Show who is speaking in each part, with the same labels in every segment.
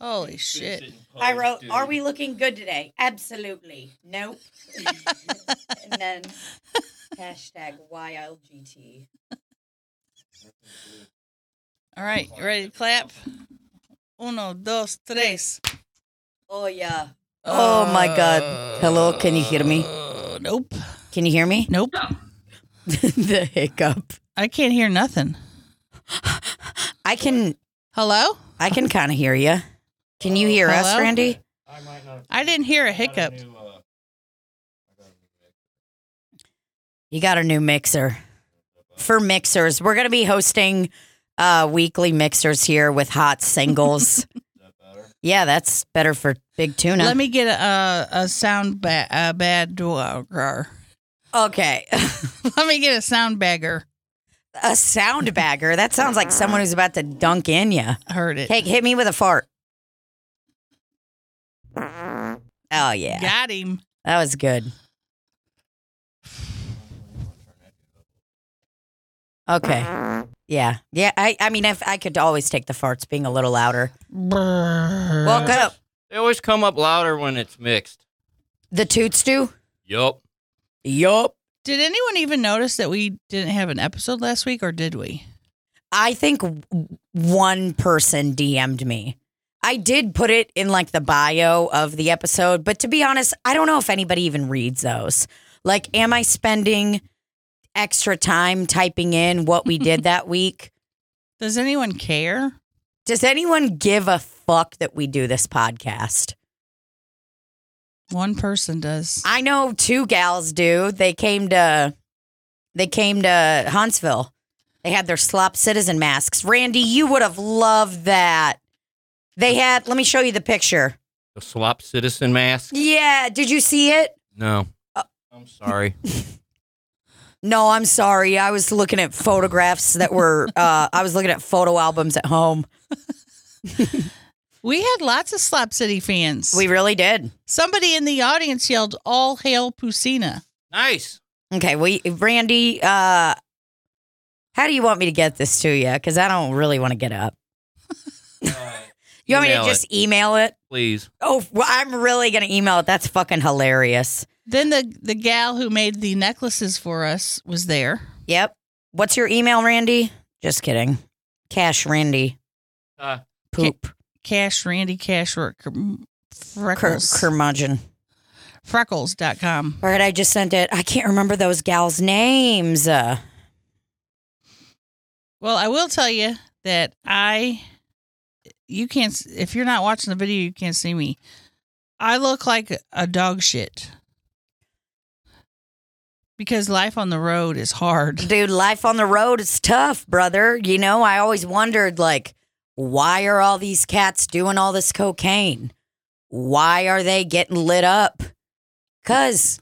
Speaker 1: Holy shit.
Speaker 2: Oh,
Speaker 3: I wrote, "Are we looking good today?" Absolutely. Nope. and then hashtag YLGT.
Speaker 1: All right. You ready to clap? Uno, dos, tres.
Speaker 3: Oh yeah.
Speaker 4: Oh my God. Hello, can you hear me?
Speaker 1: Uh, nope.
Speaker 4: Can you hear me?
Speaker 1: Nope.
Speaker 4: the hiccup.
Speaker 1: I can't hear nothing.
Speaker 4: I can
Speaker 1: Hello?
Speaker 4: I can kind of hear you. Can you hear us,
Speaker 1: Hello?
Speaker 4: Randy?
Speaker 2: I might not.
Speaker 1: I didn't hear a hiccup.
Speaker 4: You got a new mixer. For mixers, we're going to be hosting uh weekly mixers here with hot singles. yeah, that's better for big tuna.
Speaker 1: Let me get a a, a sound ba- a bad dogger.
Speaker 4: okay.
Speaker 1: Let me get a sound bagger.
Speaker 4: a sound bagger. That sounds like someone who's about to dunk in you.
Speaker 1: I heard it.
Speaker 4: Hey, hit me with a fart. Oh yeah.
Speaker 1: Got him.
Speaker 4: That was good. Okay. Yeah. Yeah. I, I mean, if I could always take the farts being a little louder. Welcome.
Speaker 2: They always come up louder when it's mixed.
Speaker 4: the toots do?
Speaker 2: Yup.
Speaker 4: Yup.
Speaker 1: Did anyone even notice that we didn't have an episode last week, or did we?
Speaker 4: I think w- one person DM'd me. I did put it in like the bio of the episode, but to be honest, I don't know if anybody even reads those. Like, am I spending extra time typing in what we did that week?
Speaker 1: Does anyone care?
Speaker 4: Does anyone give a fuck that we do this podcast?
Speaker 1: One person does.
Speaker 4: I know two gals do. They came to they came to Huntsville. They had their slop citizen masks. Randy, you would have loved that. They had let me show you the picture.
Speaker 2: The slop citizen mask.
Speaker 4: Yeah, did you see it?
Speaker 2: No.
Speaker 4: Uh,
Speaker 2: I'm sorry.
Speaker 4: No, I'm sorry. I was looking at photographs that were uh I was looking at photo albums at home.
Speaker 1: We had lots of Slop City fans.
Speaker 4: We really did.
Speaker 1: Somebody in the audience yelled, "All hail Pusina!"
Speaker 2: nice.
Speaker 4: Okay, we Randy, uh how do you want me to get this to you? Because I don't really want to get up.
Speaker 2: Uh,
Speaker 4: You want me to
Speaker 2: email it,
Speaker 4: just email it?
Speaker 2: please?
Speaker 4: Oh, well, I'm really gonna email it. That's fucking hilarious.
Speaker 1: Then the the gal who made the necklaces for us was there.
Speaker 4: Yep. What's your email, Randy? Just kidding. Cash Randy.
Speaker 2: Uh,
Speaker 4: Poop.
Speaker 1: Cash Randy Cash or Cur-
Speaker 4: Cur-
Speaker 1: Freckles
Speaker 4: curmudgeon.
Speaker 1: Freckles.com.
Speaker 4: All right, I just sent it. I can't remember those gals' names. Uh,
Speaker 1: Well, I will tell you that I you can't s- if you're not watching the video, you can't see me. I look like a dog shit. Because life on the road is hard.
Speaker 4: dude, life on the road is tough, brother. You know, I always wondered, like, why are all these cats doing all this cocaine? Why are they getting lit up? Because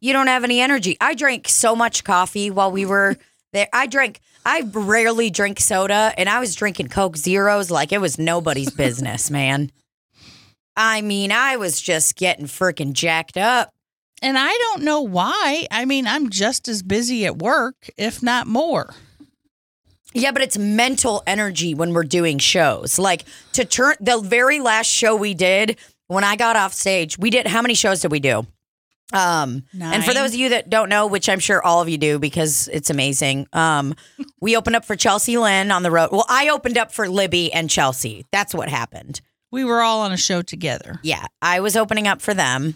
Speaker 4: you don't have any energy. I drank so much coffee while we were there. I drank, I rarely drink soda, and I was drinking Coke Zeros like it was nobody's business, man. I mean, I was just getting freaking jacked up.
Speaker 1: And I don't know why. I mean, I'm just as busy at work, if not more.
Speaker 4: Yeah, but it's mental energy when we're doing shows. Like to turn the very last show we did when I got off stage, we did how many shows did we do? Um and for
Speaker 1: Nine.
Speaker 4: those of you that don't know, which I'm sure all of you do because it's amazing. Um we opened up for Chelsea Lynn on the road. Well, I opened up for Libby and Chelsea. That's what happened.
Speaker 1: We were all on a show together.
Speaker 4: Yeah, I was opening up for them.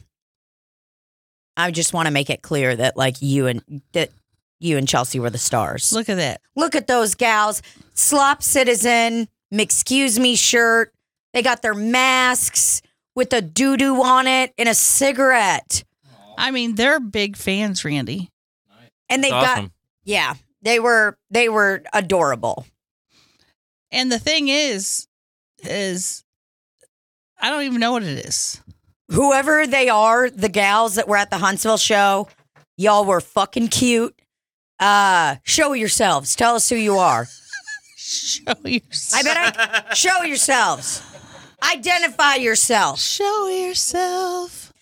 Speaker 4: I just want to make it clear that like you and that you and Chelsea were the stars.
Speaker 1: Look at that.
Speaker 4: Look at those gals. Slop Citizen, excuse me shirt. They got their masks with a doo doo on it and a cigarette.
Speaker 1: I mean, they're big fans, Randy.
Speaker 4: And they
Speaker 2: It's
Speaker 4: got
Speaker 2: awesome.
Speaker 4: yeah, they were they were adorable.
Speaker 1: And the thing is, is I don't even know what it is.
Speaker 4: Whoever they are, the gals that were at the Huntsville show, y'all were fucking cute. Uh, show yourselves. Tell us who you are.
Speaker 1: Show yourself.
Speaker 4: I bet I show yourselves. Identify yourself.
Speaker 1: Show yourself.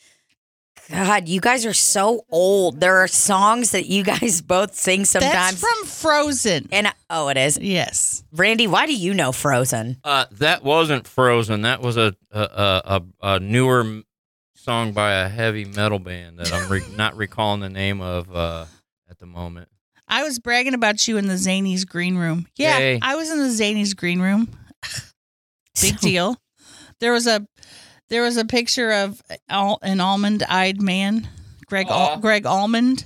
Speaker 4: God, you guys are so old. There are songs that you guys both sing
Speaker 1: That's
Speaker 4: sometimes.
Speaker 1: from Frozen.
Speaker 4: and I- oh, it is.
Speaker 1: Yes.
Speaker 4: Randy, why do you know Frozen?
Speaker 2: Uh, that wasn't Frozen. That was a a, a, a a newer m- song by a heavy metal band that I'm re- not recalling the name of uh, at the moment.
Speaker 1: I was bragging about you in the Zanies green room. Yeah,
Speaker 2: Yay.
Speaker 1: I was in the Zanies green room. Big
Speaker 4: So-
Speaker 1: deal. There was a there was a picture of al- an almond-eyed man, Greg Al-
Speaker 2: Aw.
Speaker 1: Greg Almond,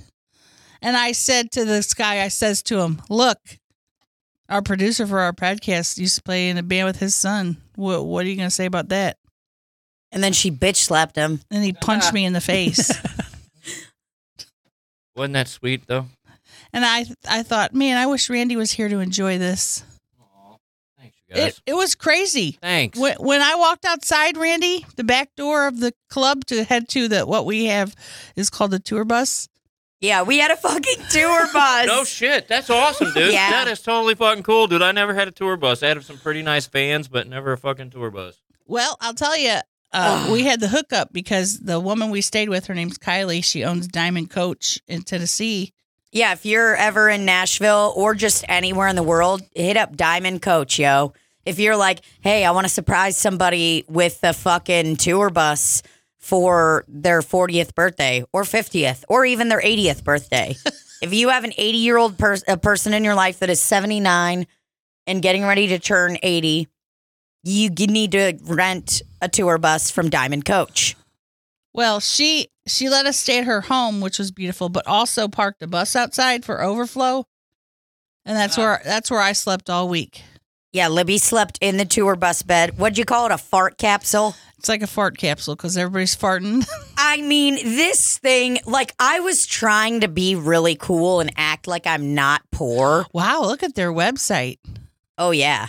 Speaker 1: and I said to this guy, I says to him, "Look, our producer for our podcast used to play in a band with his son. What what are you gonna say about that?"
Speaker 4: And then she bitch slapped him.
Speaker 1: And he
Speaker 2: Uh-huh.
Speaker 1: punched me in the face.
Speaker 2: Wasn't that sweet though?
Speaker 1: And I I thought, man, I wish Randy was here to enjoy this.
Speaker 2: Thanks, you guys.
Speaker 1: It it was crazy.
Speaker 2: Thanks.
Speaker 1: When, when I walked outside, Randy, the back door of the club to head to the what we have is called the tour bus.
Speaker 4: Yeah, we had a fucking tour bus.
Speaker 2: No shit. That's awesome, dude.
Speaker 4: Yeah.
Speaker 2: That is totally fucking cool, dude. I never had a tour bus. I had some pretty nice vans, but never a fucking tour bus.
Speaker 1: Well, I'll tell you, uh, we had the hookup because the woman we stayed with, her name's Kylie. She owns Diamond Coach in Tennessee.
Speaker 4: Yeah, if you're ever in Nashville or just anywhere in the world, hit up Diamond Coach, yo. If you're like, hey, I want to surprise somebody with the fucking tour bus for their 40th birthday or 50th or even their 80th birthday. if you have an 80 year old pers- a person in your life that is 79 and getting ready to turn 80, you g- need to rent a tour bus from Diamond Coach.
Speaker 1: Well, she she let us stay at her home, which was beautiful, but also parked a bus outside for overflow. And that's where that's where I slept all week.
Speaker 4: Yeah, Libby slept in the tour bus bed. What'd you call it? A fart capsule?
Speaker 1: It's like a fart capsule because everybody's farting.
Speaker 4: I mean, this thing, like, I was trying to be really cool and act like I'm not poor.
Speaker 1: wow, look at their website.
Speaker 4: Oh, yeah.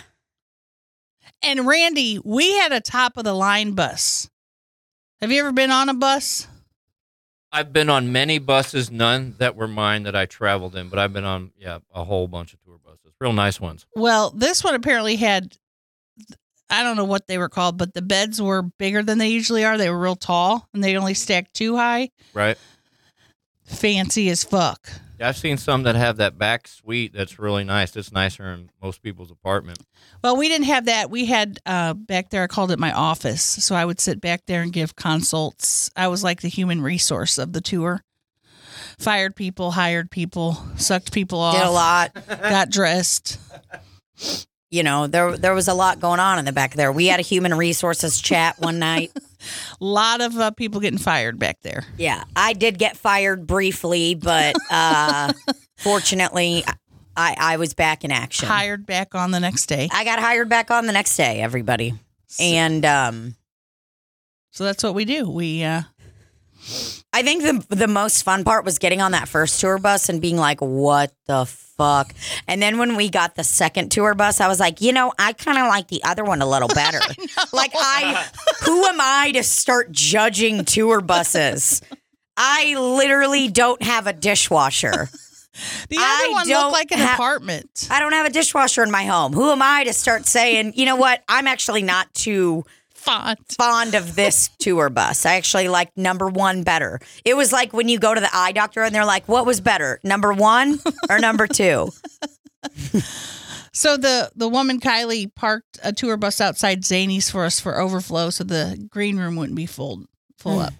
Speaker 1: And Randy, we had a top of the line bus. Have you ever been on a bus?
Speaker 2: I've been on many buses, none that were mine that I traveled in, but I've been on yeah a whole bunch of tour buses, real nice ones.
Speaker 1: Well, this one apparently had I don't know what they were called, but the beds were bigger than they usually are. They were real tall and they only stacked two high.
Speaker 2: Right.
Speaker 1: Fancy as fuck.
Speaker 2: Yeah, I've seen some that have that back suite that's really nice. It's nicer in most people's apartment.
Speaker 1: Well, we didn't have that. We had uh, back there, I called it my office. So I would sit back there and give consults. I was like the human resource of the tour. Fired people, hired people, sucked people off,
Speaker 4: Did a lot.
Speaker 1: got dressed.
Speaker 4: You know, there, there was a lot going on in the back there. We had a human resources chat one night.
Speaker 1: lot of uh, people getting fired back there.
Speaker 4: Yeah. I did get fired briefly, but uh, fortunately, I, I was back in action.
Speaker 1: Hired back on the next day.
Speaker 4: I got hired back on the next day, everybody.
Speaker 1: So-
Speaker 4: And, um,
Speaker 1: so that's what we do. We uh,
Speaker 4: I think the the most fun part was getting on that first tour bus and being like, "What the fuck?" And then when we got the second tour bus, I was like, "You know, I kind of like the other one a little better." like I who am I to start judging tour buses? I literally don't have a dishwasher.
Speaker 1: the
Speaker 4: I
Speaker 1: other one
Speaker 4: don't
Speaker 1: looked like an
Speaker 4: ha-
Speaker 1: apartment.
Speaker 4: I don't have a dishwasher in my home. Who am I to start saying, "You know what? I'm actually not too
Speaker 1: Font.
Speaker 4: fond of this tour bus. I actually like number one better. It was like when you go to the eye doctor and they're like, what was better, number one or number two?
Speaker 1: So the the woman Kylie parked a tour bus outside Zany's for us for overflow, so the green room wouldn't be full
Speaker 4: Mm.
Speaker 1: full up.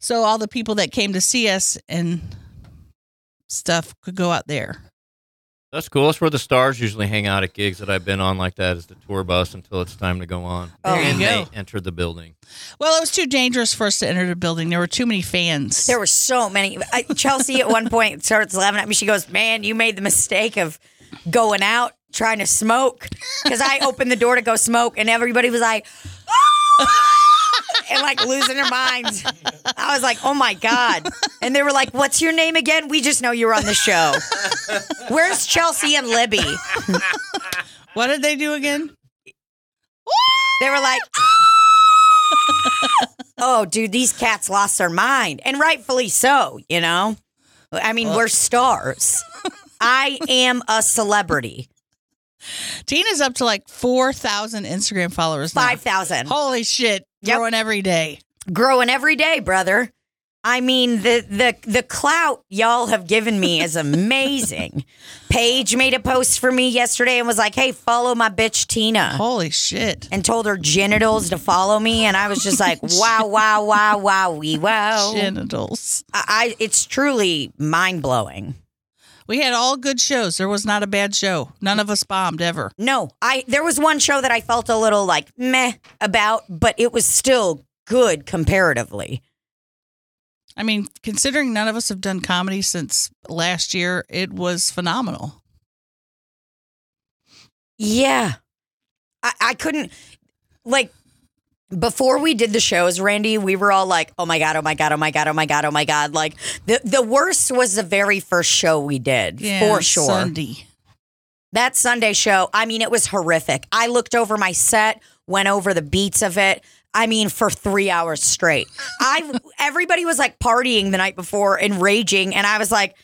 Speaker 1: So all the people that came to see us and stuff could go out there.
Speaker 2: That's cool. That's where the stars usually hang out at gigs that I've been on like that is the tour bus until it's time to go on.
Speaker 4: Oh,
Speaker 1: There you
Speaker 2: and
Speaker 1: go.
Speaker 2: they enter the building.
Speaker 1: Well, it was too dangerous for us to enter the building. There were too many fans.
Speaker 4: There were so many. I, Chelsea at one point starts laughing at me. She goes, man, you made the mistake of going out trying to smoke because I opened the door to go smoke and everybody was like, "Ah!" and like losing their minds. I was like, oh my God. And they were like, what's your name again? We just know you were on the show. Where's Chelsea and Libby?
Speaker 1: what did they do again?
Speaker 4: They were like, "Ah!" oh, dude, these cats lost their mind. And rightfully so, you know? I mean, we're stars. I am a celebrity.
Speaker 1: Tina's up to like four thousand Instagram followers. now.
Speaker 4: 5,000.
Speaker 1: Holy shit.
Speaker 4: Yep.
Speaker 1: Growing every day.
Speaker 4: Growing every day, brother. I mean the the the clout y'all have given me is amazing. Paige made a post for me yesterday and was like, "Hey, follow my bitch Tina."
Speaker 1: Holy shit.
Speaker 4: And told her genitals to follow me, and I was just like, "Wow, wow, wow, wow, wee wow!" I,
Speaker 1: Genitals.
Speaker 4: I it's truly mind blowing.
Speaker 1: We had all good shows. There was not a bad show. None of us bombed ever.
Speaker 4: No, I there was one show that I felt a little like meh about, but it was still good comparatively.
Speaker 1: I mean, considering none of us have done comedy since last year, it was phenomenal.
Speaker 4: Yeah. I, I couldn't like before we did the shows, Randy, we were all like, "Oh my god, oh my god, oh my god, oh my god, oh my god." Like the the worst was the very first show we did, for sure.
Speaker 1: Sunday.
Speaker 4: That Sunday show, I mean, it was horrific. I looked over my set, went over the beats of it. I mean, for three hours straight. I everybody was like partying the night before and raging, and I was like,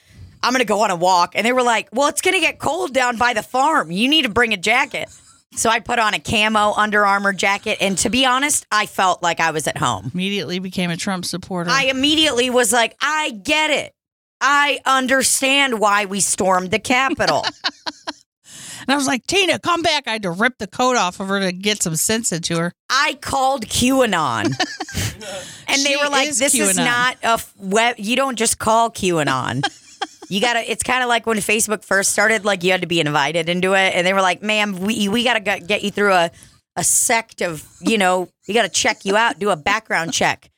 Speaker 4: I'm gonna go on a walk. And they were like, Well, it's gonna get cold down by the farm. You need to bring a jacket. So I put on a camo Under Armour jacket, and to be honest, I felt like I was at home.
Speaker 1: Immediately became a Trump supporter.
Speaker 4: I immediately was like, I get it. I understand why we stormed the Capitol.
Speaker 1: and I was like, Tina, come back. I had to rip the coat off of her to get some sense into her.
Speaker 4: I called QAnon. and they
Speaker 1: She
Speaker 4: were like,
Speaker 1: is
Speaker 4: this is
Speaker 1: QAnon.
Speaker 4: not a f- web. You don't just call QAnon. you got to, it's kind of like when Facebook first started, like you had to be invited into it. And they were like, ma'am, we, we got to get you through a, a sect of, you know, we got to check you out, do a background check.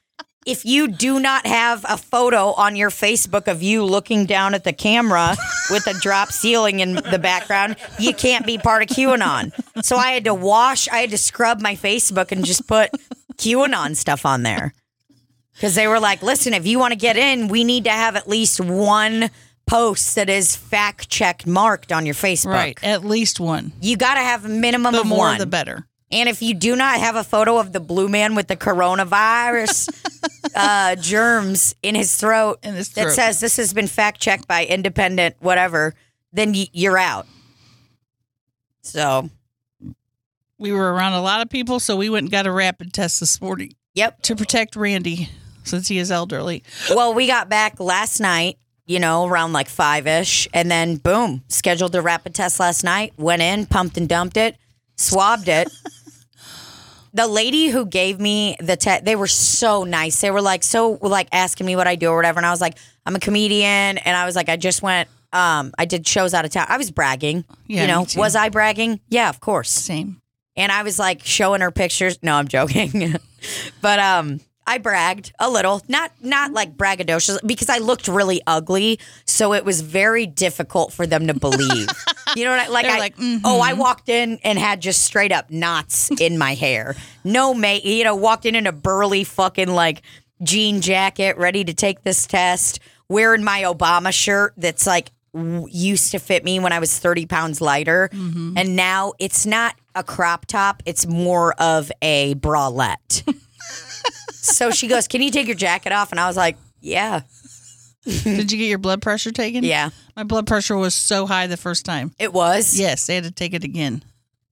Speaker 4: If you do not have a photo on your Facebook of you looking down at the camera with a drop ceiling in the background, you can't be part of QAnon. So I had to wash, I had to scrub my Facebook and just put QAnon stuff on there. Because they were like, listen, if you want to get in, we need to have at least one post that is fact checked marked on your Facebook.
Speaker 1: Right. At least one.
Speaker 4: You got to have a minimum
Speaker 1: The
Speaker 4: of
Speaker 1: more,
Speaker 4: one.
Speaker 1: the better.
Speaker 4: And if you do not have a photo of the blue man with the coronavirus uh, germs in his throat
Speaker 1: In his
Speaker 4: that
Speaker 1: throat.
Speaker 4: says this has been fact checked by independent whatever, then y- you're out. So,
Speaker 1: We were around a lot of people, so we went and got a rapid test this morning
Speaker 4: yep.
Speaker 1: to protect Randy since he is elderly.
Speaker 4: Well, we got back last night, you know, around like five ish, and then boom, scheduled the rapid test last night. Went in, pumped and dumped it, swabbed it. the lady who gave me the test, they were so nice. They were like so like asking me what I do or whatever, and I was like, I'm a comedian, and I was like, I just went. Um, I did shows out of town. I was bragging.
Speaker 1: Yeah,
Speaker 4: you know,
Speaker 1: me too.
Speaker 4: was I bragging? Yeah, of course
Speaker 1: Same.
Speaker 4: and I was like showing her pictures. No, I'm joking, but um, I bragged a little, not not like braggadocious, because I looked really ugly, so it was very difficult for them to believe. you know what I like?
Speaker 1: They're
Speaker 4: I
Speaker 1: like, mhm.
Speaker 4: oh, I walked in and had just straight up knots in my hair. No, mate, you know, walked in in a burly fucking like jean jacket, ready to take this test, wearing my Obama shirt that's like w- used to fit me when I was 30 pounds lighter. And now it's not a crop top, it's more of a bralette. so she goes, Can you take your jacket off? And I was like, Yeah,
Speaker 1: Did you get your blood pressure taken?
Speaker 4: yeah,
Speaker 1: My blood pressure was so high the first time.
Speaker 4: it was.
Speaker 1: Yes, they had to take it again.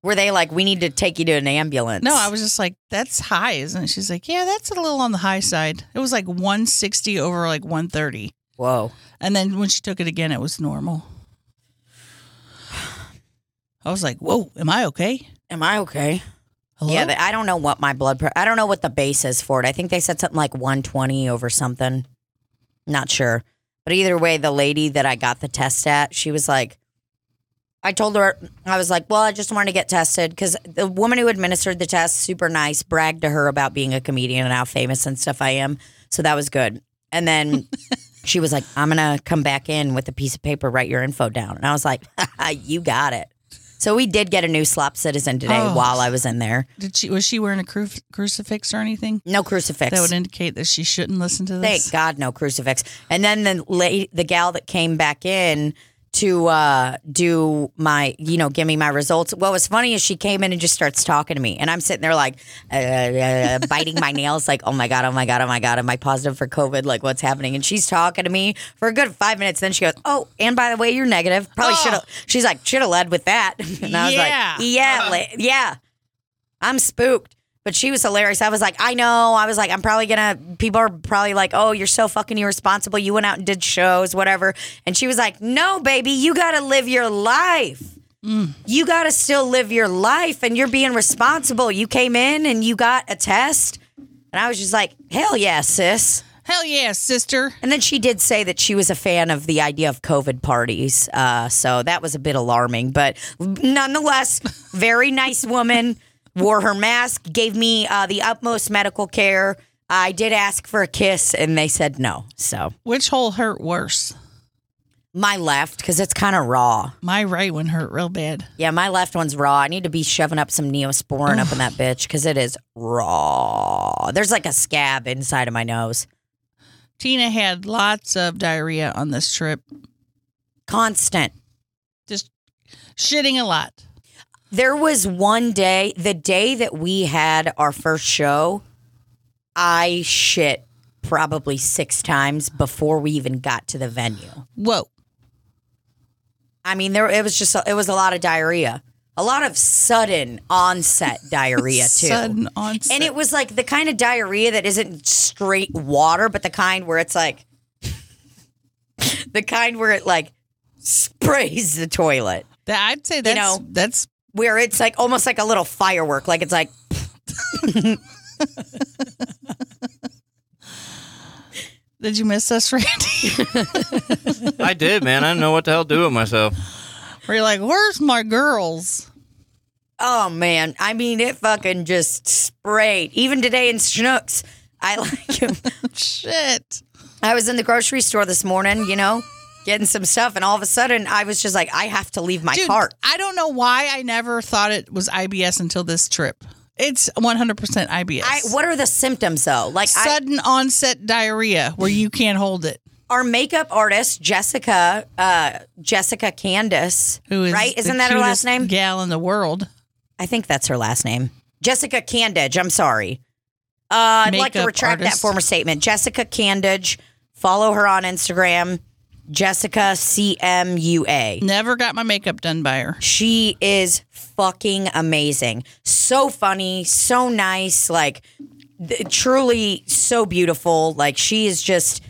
Speaker 4: Were they like, We need to take you to an ambulance?
Speaker 1: No, I was just like, that's high, isn't it? She's like, yeah, that's a little on the high side. It was like 160 over like 130.
Speaker 4: Whoa.
Speaker 1: And then when she took it again, it was normal. I was like, whoa, am I okay?
Speaker 4: Am I okay?
Speaker 1: Hello?
Speaker 4: Yeah, but I don't know what my blood pressure. I don't know what the base is for it. I think they said something like 120 over something. Not sure. But either way, the lady that I got the test at, she was like, I told her, I was like, well, I just wanted to get tested because the woman who administered the test, super nice, bragged to her about being a comedian and how famous and stuff I am. So that was good. And then she was like, I'm going to come back in with a piece of paper, write your info down. And I was like, you got it. So we did get a new slop citizen today
Speaker 1: Oh.
Speaker 4: while I was in there.
Speaker 1: Did she was she wearing a cru- crucifix or anything?
Speaker 4: No crucifix.
Speaker 1: That would indicate that she shouldn't listen to this.
Speaker 4: Thank God, no crucifix. And then the la- the gal that came back in to uh, do my, you know, give me my results. What was funny is she came in and just starts talking to me, and I'm sitting there like uh, uh, biting my nails, like, oh my god, oh my god, oh my god, am I positive for COVID? Like, what's happening? And she's talking to me for a good five minutes. Then she goes, oh, and by the way, you're negative. Probably
Speaker 1: Oh.
Speaker 4: should have. She's like, should have led with that. and I was
Speaker 1: Yeah.
Speaker 4: like, yeah, la- yeah. I'm spooked. But she was hilarious. I was like, I know. I was like, I'm probably gonna. People are probably like, oh, you're so fucking irresponsible. You went out and did shows, whatever. And she was like, no, baby, you gotta live your life. You gotta still live your life, and you're being responsible. You came in and you got a test, and I was just like, hell yeah, sis.
Speaker 1: Hell yeah, sister.
Speaker 4: And then she did say that she was a fan of the idea of COVID parties. Uh, so that was a bit alarming, but nonetheless, very nice woman. Wore her mask, gave me uh, the utmost medical care. I did ask for a kiss, and they said no. So
Speaker 1: Which hole hurt worse?
Speaker 4: my left, because it's kind of raw.
Speaker 1: My right one hurt real bad.
Speaker 4: Yeah, my left one's raw. I need to be shoving up some neosporin up in that bitch because it is raw. There's like a scab inside of my nose.
Speaker 1: Tina had lots of diarrhea on this trip,
Speaker 4: Constant.
Speaker 1: just shitting a lot.
Speaker 4: There was one day, the day that we had our first show, I shit probably six times before we even got to the venue.
Speaker 1: Whoa.
Speaker 4: I mean, there it was just it was a lot of diarrhea, a lot of sudden onset diarrhea too.
Speaker 1: Sudden onset.
Speaker 4: And it was like the kind of diarrhea that isn't straight water, but the kind where it's like the kind where it like sprays the toilet.
Speaker 1: That, I'd say that's,
Speaker 4: know-
Speaker 1: that's
Speaker 4: where it's like almost like a little firework. Like it's like.
Speaker 1: Did you miss us, Randy?
Speaker 2: I did, man. I didn't know what the hell to do with myself.
Speaker 1: We're like, where's my girls?
Speaker 4: Oh man, I mean it fucking just sprayed. Even today in Schnooks, I like
Speaker 1: Shit.
Speaker 4: I was in the grocery store this morning, you know, getting some stuff, and all of a sudden I was just like, I have to leave my
Speaker 1: Dude,
Speaker 4: cart.
Speaker 1: I don't know why I never thought it was IBS until this trip. It's 100% IBS.
Speaker 4: I, what are the symptoms though? Like I,
Speaker 1: Sudden onset diarrhea where you can't hold it.
Speaker 4: our makeup artist Jessica, uh, Jessica Candace,
Speaker 1: Who is
Speaker 4: right?
Speaker 1: the
Speaker 4: Isn't that her last
Speaker 1: cutest
Speaker 4: name?
Speaker 1: Gal in the world.
Speaker 4: I think that's her last name. Jessica Candage. I'm sorry. Uh, I'd like to
Speaker 1: Makeup
Speaker 4: retract that
Speaker 1: artist.
Speaker 4: former statement. Jessica Candage. Follow her on Instagram. Jessica C M U A.
Speaker 1: Never got my makeup done by her.
Speaker 4: She is fucking amazing. So funny, so nice, like th- truly so beautiful. Like she is just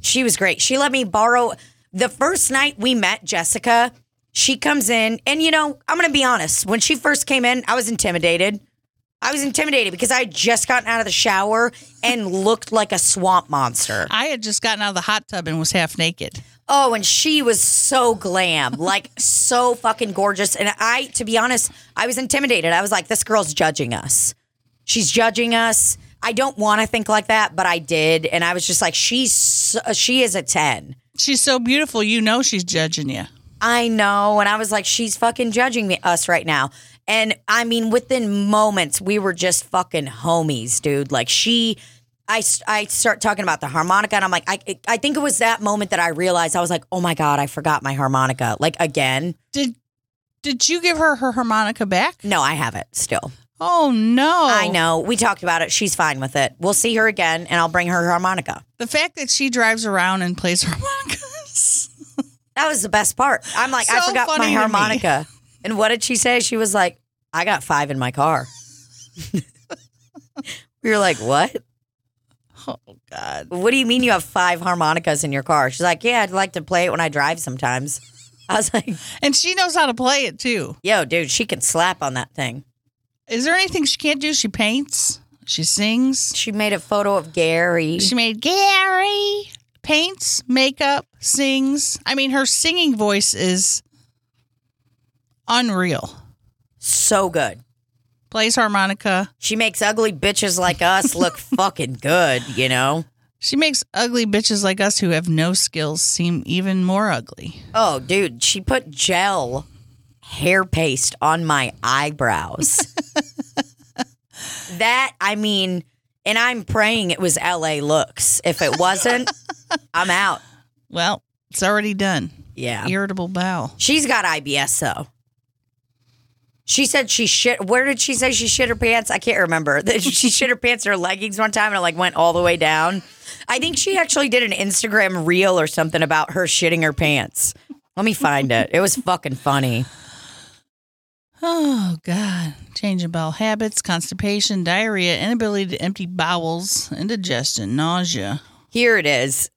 Speaker 4: she was great. She let me borrow the first night we met Jessica. She comes in and you know, I'm going to be honest, when she first came in, I was intimidated. I was intimidated because I had just gotten out of the shower and looked like a swamp monster.
Speaker 1: I had just gotten out of the hot tub and was half naked.
Speaker 4: Oh, and she was so glam, like so fucking gorgeous. And I, to be honest, I was intimidated. I was like, this girl's judging us. She's judging us. I don't want to think like that, but I did. And I was just like, she's, so- she is a 10.
Speaker 1: She's so beautiful, you know she's judging you.
Speaker 4: I know. And I was like, she's fucking judging me, us right now. And I mean, within moments, we were just fucking homies, dude. Like she, I, s- I start talking about the harmonica and I'm like, I, I think it was that moment that I realized I was like, oh my God, I forgot my harmonica. Like again,
Speaker 1: Did did you give her her harmonica back?
Speaker 4: no, I have it still.
Speaker 1: Oh no.
Speaker 4: I know. We talked about it. She's fine with it. We'll see her again and I'll bring her harmonica.
Speaker 1: The fact that she drives around and plays harmonicas.
Speaker 4: That was the best part. I'm like, I
Speaker 1: So
Speaker 4: forgot
Speaker 1: funny
Speaker 4: my
Speaker 1: to me.
Speaker 4: harmonica. And what did she say? She was like, I got five in my car. we were like, what?
Speaker 1: Oh God.
Speaker 4: What do you mean you have five harmonicas in your car? She's like, yeah, I'd like to play it when I drive sometimes. I was like,
Speaker 1: And she knows how to play it too.
Speaker 4: yo, dude, she can slap on that thing.
Speaker 1: Is there anything she can't do? She paints. She sings.
Speaker 4: She made a photo of Gary.
Speaker 1: She made Gary. Paints, makeup, sings. I mean, her singing voice is unreal.
Speaker 4: So good.
Speaker 1: Plays harmonica.
Speaker 4: She makes ugly bitches like us look fucking good, you know?
Speaker 1: She makes ugly bitches like us who have no skills seem even more ugly.
Speaker 4: Oh, dude, she put gel hair paste on my eyebrows. that, I mean, and I'm praying it was LA looks. If it wasn't, I'm out.
Speaker 1: Well, it's already done.
Speaker 4: Yeah.
Speaker 1: Irritable bowel.
Speaker 4: She's got IBS, though. She said she shit. Where did she say she shit her pants? I can't remember. She shit her pants in her leggings one time and it like went all the way down. I think she actually did an Instagram reel or something about her shitting her pants. Let me find it. It was fucking funny.
Speaker 1: Oh God! Change in bowel habits, constipation, diarrhea, inability to empty bowels, indigestion, nausea.
Speaker 4: Here it is.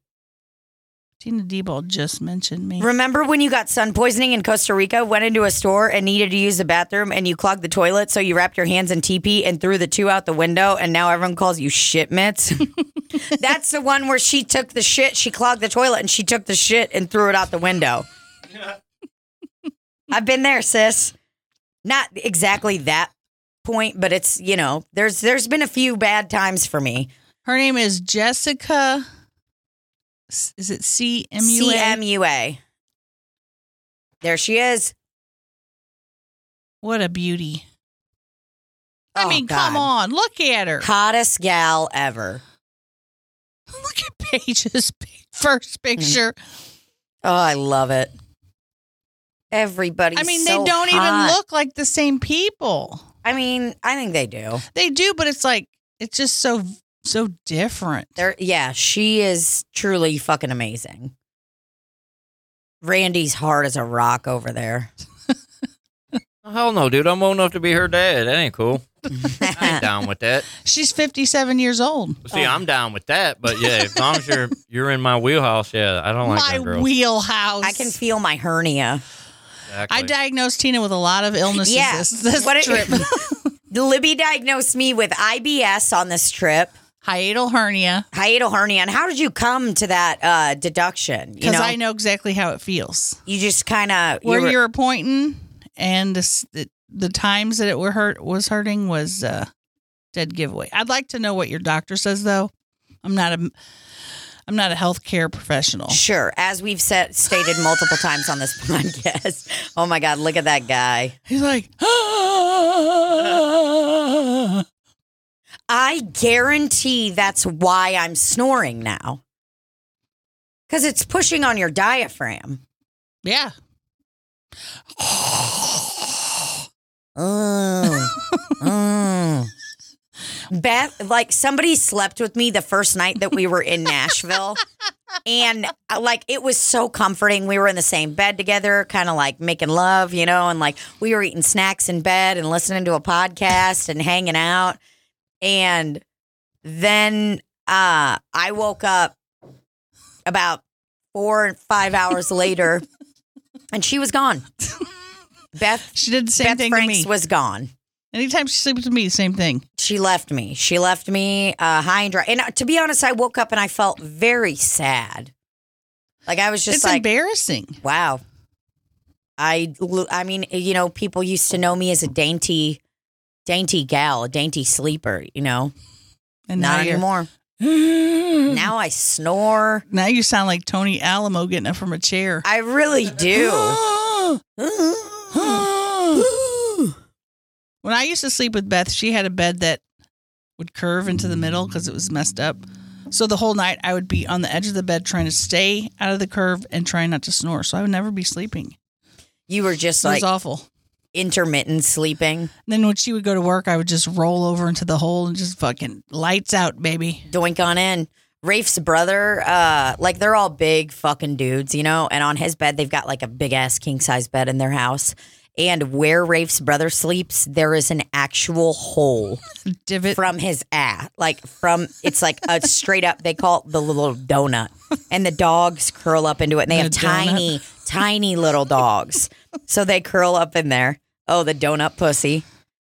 Speaker 1: Tina Diebald just mentioned me.
Speaker 4: Remember when you got sun poisoning in Costa Rica, went into a store and needed to use the bathroom and you clogged the toilet, so you wrapped your hands in TP and threw the two out the window, and now everyone calls you shit mitts? That's the one where she took the shit, she clogged the toilet, and she took the shit and threw it out the window. I've been there, sis. Not exactly that point, but it's, you know, there's there's been a few bad times for me.
Speaker 1: Her name is Jessica. S- Is it C M U A?
Speaker 4: CMUA. There she is.
Speaker 1: What a beauty! I
Speaker 4: Oh,
Speaker 1: mean, come
Speaker 4: God.
Speaker 1: on, look at her.
Speaker 4: hottest gal ever.
Speaker 1: Look at Paige's pi- first picture.
Speaker 4: Oh, I love it. Everybody.
Speaker 1: I mean, they don't even look like the same people.
Speaker 4: I mean, I think they do.
Speaker 1: They do, but it's like it's just so so different.
Speaker 4: They're yeah. She is truly fucking amazing. Randy's hard as a rock over there.
Speaker 2: Hell no, dude. I'm old enough to be her dad. That ain't cool. I ain't down with that.
Speaker 1: She's fifty seven years old.
Speaker 2: See, I'm down with that, but yeah, as long as you're you're in my wheelhouse, yeah, I don't like
Speaker 1: My
Speaker 2: that girl.
Speaker 1: wheelhouse.
Speaker 4: I can feel my hernia.
Speaker 2: Exactly.
Speaker 1: I diagnosed Tina with a lot of illnesses
Speaker 4: Yeah.
Speaker 1: this, this
Speaker 4: What it-
Speaker 1: trip.
Speaker 4: Libby diagnosed me with IBS on this trip,
Speaker 1: Hiatal hernia
Speaker 4: hiatal hernia. And how did you come to that uh, deduction? You
Speaker 1: because
Speaker 4: know,
Speaker 1: I know exactly how it feels.
Speaker 4: you just kind of
Speaker 1: Where you were pointing and the, s- the, the times that it were hurt was hurting was uh, dead giveaway. I'd like to know what your doctor says though. I'm not a I'm not a healthcare professional.
Speaker 4: Sure, as we've said, stated multiple times on this podcast. Oh my God, look at that guy.
Speaker 1: He's like, "Ah,
Speaker 4: I guarantee that's why I'm snoring now. Because it's pushing on your diaphragm.
Speaker 1: yeah.
Speaker 4: Oh. oh. Beth, like somebody slept with me the first night that we were in Nashville. And uh, like it was so comforting. We were in the same bed together, kind of like making love, you know, and like we were eating snacks in bed and listening to a podcast and hanging out. And then uh, I woke up about four or five hours later and she was gone. Beth
Speaker 1: She did the same
Speaker 4: Beth
Speaker 1: thing
Speaker 4: Franks
Speaker 1: to me.
Speaker 4: was gone.
Speaker 1: Anytime she sleeps with me, same thing.
Speaker 4: She left me. She left me uh, high and dry. And uh, to be honest, I woke up and I felt very sad. Like I was just
Speaker 1: it's
Speaker 4: like,
Speaker 1: embarrassing.
Speaker 4: wow. I lo- I mean, you know, people used to know me as a dainty, dainty gal, a dainty sleeper. You know,
Speaker 1: And
Speaker 4: not
Speaker 1: now you're-
Speaker 4: anymore. Now I snore.
Speaker 1: Now you sound like Tony Alamo getting up from a chair.
Speaker 4: I really do.
Speaker 1: when I used to sleep with Beth, she had a bed that would curve into the middle because it was messed up. So the whole night I would be on the edge of the bed trying to stay out of the curve and trying not to snore. So I would never be sleeping.
Speaker 4: you were just
Speaker 1: It was
Speaker 4: like
Speaker 1: awful.
Speaker 4: intermittent sleeping,
Speaker 1: And then when she would go to work, I would just roll over into the hole and just fucking lights out, baby.
Speaker 4: doink on in. Rafe's brother, uh, like they're all big fucking dudes, you know, and on his bed they've got like a big ass king size bed in their house. And where Rafe's brother sleeps, there is an actual hole
Speaker 1: Divot.
Speaker 4: from his ass. Like from it's like a straight up they call it the little donut. And the dogs curl up into it. And they
Speaker 1: The
Speaker 4: have tiny, tiny little dogs. So they curl up in there. Oh, the donut pussy.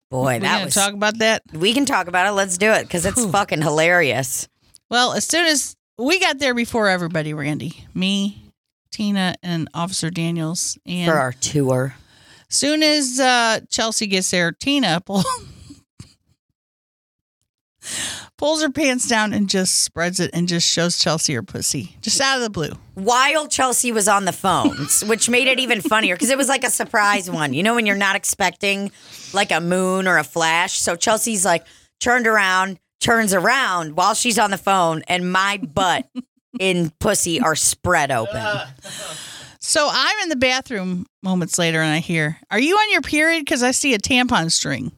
Speaker 4: Boy,
Speaker 1: we
Speaker 4: that
Speaker 1: gonna
Speaker 4: was
Speaker 1: talk about that.
Speaker 4: we can talk about it. Let's do it because it's
Speaker 1: Whew.
Speaker 4: fucking hilarious.
Speaker 1: Well, as soon as we got there before everybody, Randy, me, Tina, and Officer Daniels, and
Speaker 4: for our tour.
Speaker 1: soon as uh, Chelsea gets there, Tina pull, pulls her pants down and just spreads it and just shows Chelsea her pussy, just out of the blue.
Speaker 4: While Chelsea was on the phones, which made it even funnier because it was like a surprise one. You know, when you're not expecting like a moon or a flash. So Chelsea's like turned around, turns around while she's on the phone, and my butt and pussy are spread open.
Speaker 1: So I'm in the bathroom moments later and I hear, Are you on your period? Because I see a tampon string.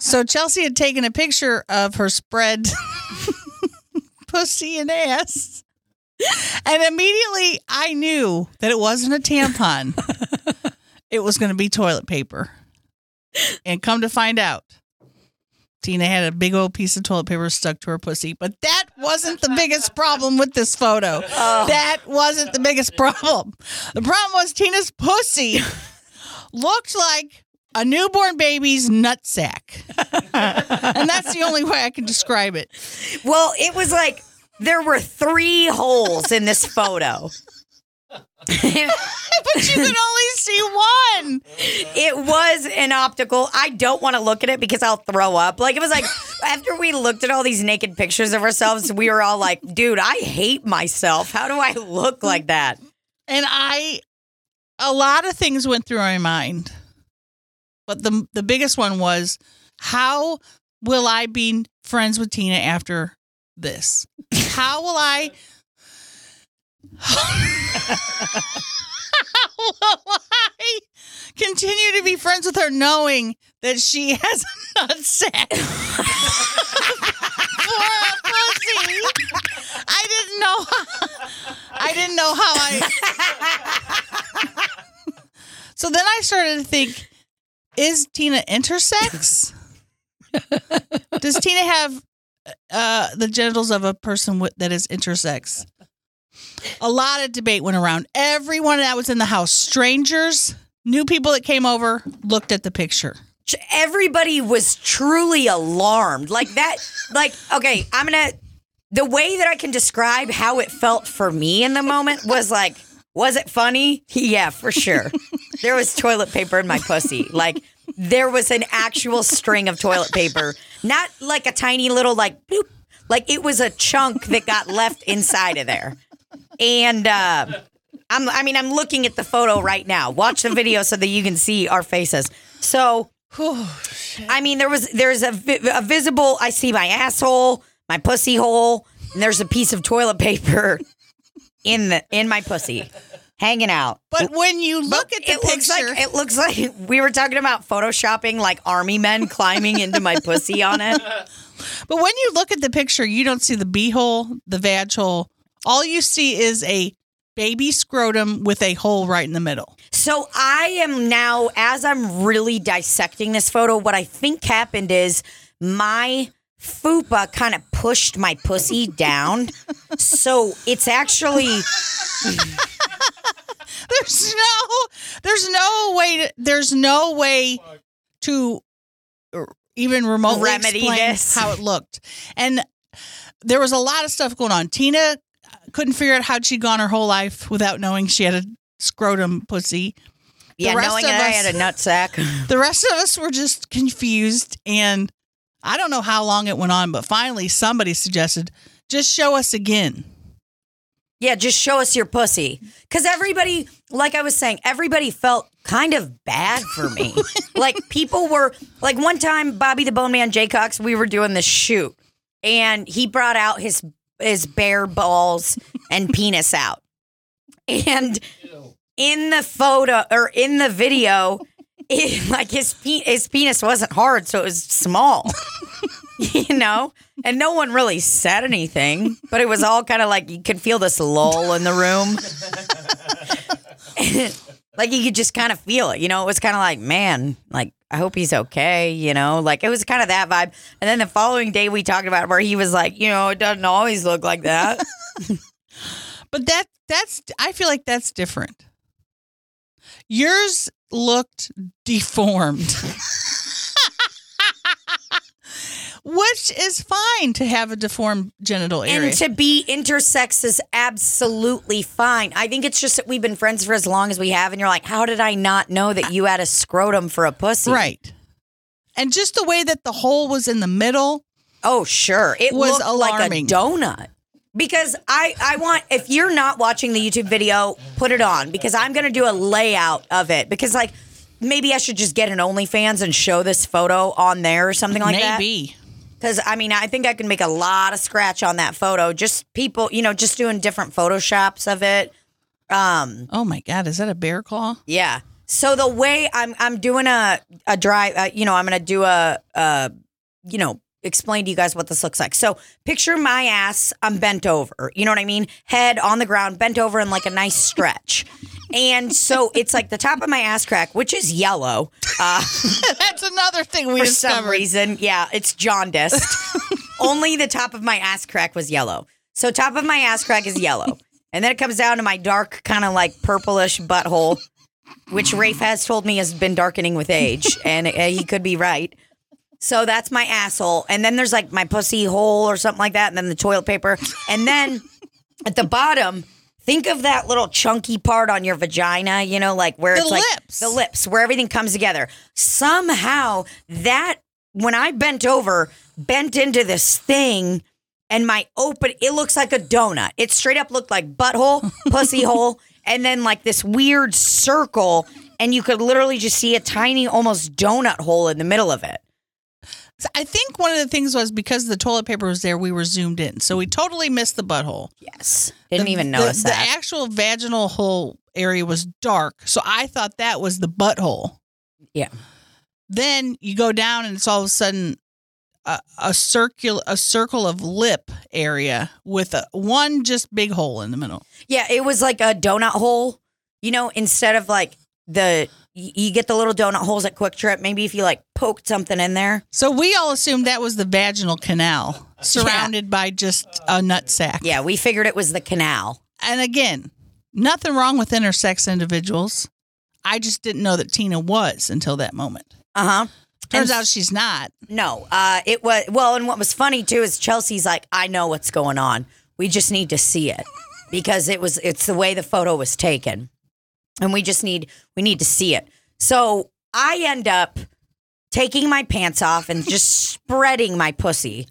Speaker 1: so Chelsea had taken a picture of her spread pussy and ass. And immediately I knew that it wasn't a tampon. it was going to be toilet paper. And come to find out, Tina had a big old piece of toilet paper stuck to her pussy. But that wasn't the biggest problem with this photo. That wasn't the biggest problem. The problem was Tina's pussy looked like a newborn baby's nutsack. and that's the only way I can describe it.
Speaker 4: Well, it was like there were three holes in this photo.
Speaker 1: but you can only see one.
Speaker 4: It was an optical. I don't want to look at it because I'll throw up. Like it was like after we looked at all these naked pictures of ourselves, we were all like, "Dude, I hate myself. How do I look like that?"
Speaker 1: and I, a lot of things went through my mind, but the the biggest one was how will I be friends with Tina after this? How will I? how will I continue to be friends with her, knowing that she has a nutsack for a pussy? I didn't know. I didn't know how I. So then I started to think: Is Tina intersex? Does Tina have uh, the genitals of a person with, that is intersex? A lot of debate went around. Everyone that was in the house, strangers, new people that came over, looked at the picture.
Speaker 4: Everybody was truly alarmed. Like that. Like okay, I'm gonna. The way that I can describe how it felt for me in the moment was like, was it funny? Yeah, for sure. there was toilet paper in my pussy. Like there was an actual string of toilet paper, not like a tiny little like bloop. Like it was a chunk that got left inside of there. And uh, I'm, I mean, I'm looking at the photo right now. Watch the video so that you can see our faces. So, I mean, there was there's a, vi- a visible. I see my asshole, my pussy hole, and there's a piece of toilet paper in the in my pussy, hanging out.
Speaker 1: But when you look at the
Speaker 4: it looks
Speaker 1: picture,
Speaker 4: like it looks like we were talking about photoshopping like army men climbing into my pussy on it.
Speaker 1: but when you look at the picture, you don't see the beehole, the vag hole. All you see is a baby scrotum with a hole right in the middle.
Speaker 4: So I am now, as I'm really dissecting this photo, what I think happened is my fupa kind of pushed my pussy down. So it's actually
Speaker 1: There's no there's no way to, there's no way to r- even remotely
Speaker 4: Remedy
Speaker 1: explain
Speaker 4: this.
Speaker 1: how it looked. And there was a lot of stuff going on. Tina couldn't figure out how she'd gone her whole life without knowing she had a scrotum pussy.
Speaker 4: yeah,
Speaker 1: rest
Speaker 4: knowing
Speaker 1: of
Speaker 4: that I
Speaker 1: us-
Speaker 4: had a nut sack.
Speaker 1: The rest of us were just confused and I don't know how long it went on, but finally somebody suggested just show us again.
Speaker 4: Yeah, just show us your pussy. Because everybody, like I was saying, everybody felt kind of bad for me. like people were, like one time, Bobby the Bone Man Jaycox, we were doing the shoot, and he brought out his his bare balls and penis out, and in the photo or in the video, it, like his pe- his penis wasn't hard, so it was small. you know? And no one really said anything, but it was all kind of like you could feel this lull in the room. like you could just kind of feel it, you know? It was kind of like, man, like, I hope he's okay, you know? Like it was kind of that vibe. And then the following day, we talked about it where he was like, you know, it doesn't always look like that.
Speaker 1: But that that's I feel like that's different. Yours looked deformed. Which is fine to have a deformed genital area.
Speaker 4: And to be intersex is absolutely fine. I think it's just that we've been friends for as long as we have, and you're like, how did I not know that you had a scrotum for a pussy?
Speaker 1: right. And just the way that the hole was in the middle.
Speaker 4: Oh, sure. It
Speaker 1: Was
Speaker 4: was like a
Speaker 1: alarming.
Speaker 4: donut. Because I, I want, if you're not watching the YouTube video, put it on because I'm going to do a layout of it. Because, like, maybe I should just get an OnlyFans and show this photo on there or something like that.
Speaker 1: maybe.
Speaker 4: Because I mean, I think I can make a lot of scratch on that photo. Just people, you know, just doing different photoshops of it. Um,
Speaker 1: Oh my god, is that a bear claw?
Speaker 4: yeah. So the way I'm, I'm doing a a dry, uh, you know, I'm gonna do a, uh, you know, explain to you guys what this looks like. So picture my ass, I'm bent over. You know what I mean? Head on the ground, bent over in like a nice stretch, and so it's like the top of my ass crack, which is yellow. Uh,
Speaker 1: That's another thing we
Speaker 4: for some
Speaker 1: discovered.
Speaker 4: reason. Yeah, it's jaundiced. Only the top of my ass crack was yellow. So top of my ass crack is yellow. and then it comes down to my dark, kind of like purplish butthole, which Rafe has told me has been darkening with age. and uh, he could be right. So that's my asshole. And then there's like my pussy hole or something like that. And then the toilet paper. And then at the bottom, think of that little chunky part on your vagina, you know, like where
Speaker 1: The
Speaker 4: it's like
Speaker 1: lips.
Speaker 4: the lips, where everything comes together. Somehow that when I bent over, bent into this thing and my open it looks like a donut. It straight up looked like butthole, pussy hole, and then like this weird circle. And you could literally just see a tiny almost donut hole in the middle of it.
Speaker 1: I think one of the things was because the toilet paper was there, we were zoomed in, so we totally missed the butthole.
Speaker 4: Yes. Didn't
Speaker 1: The-
Speaker 4: even
Speaker 1: the-
Speaker 4: notice
Speaker 1: the,
Speaker 4: that.
Speaker 1: actual vaginal hole area was dark, so I thought that was the butthole.
Speaker 4: Yeah.
Speaker 1: Then you go down, and it's all of a sudden a, a circular, a circle of lip area with a, one just big hole in the middle.
Speaker 4: Yeah, it was like a donut hole. You know, instead of like the y- you get the little donut holes at Quick Trip. Maybe if you like poked something in there.
Speaker 1: So we all assumed that was the vaginal canal surrounded by just a nut sack.
Speaker 4: Yeah, we figured it was the canal.
Speaker 1: And again, nothing wrong with intersex individuals. I just didn't know that Tina was until that moment.
Speaker 4: Uh huh.
Speaker 1: Turns
Speaker 4: And-
Speaker 1: out she's not.
Speaker 4: No, uh, it was well. And what was funny too is Chelsea's like, I know what's going on. We just need to see it because it was it's the way the photo was taken, and we just need we need to see it. So I end up taking my pants off and just spreading my pussy.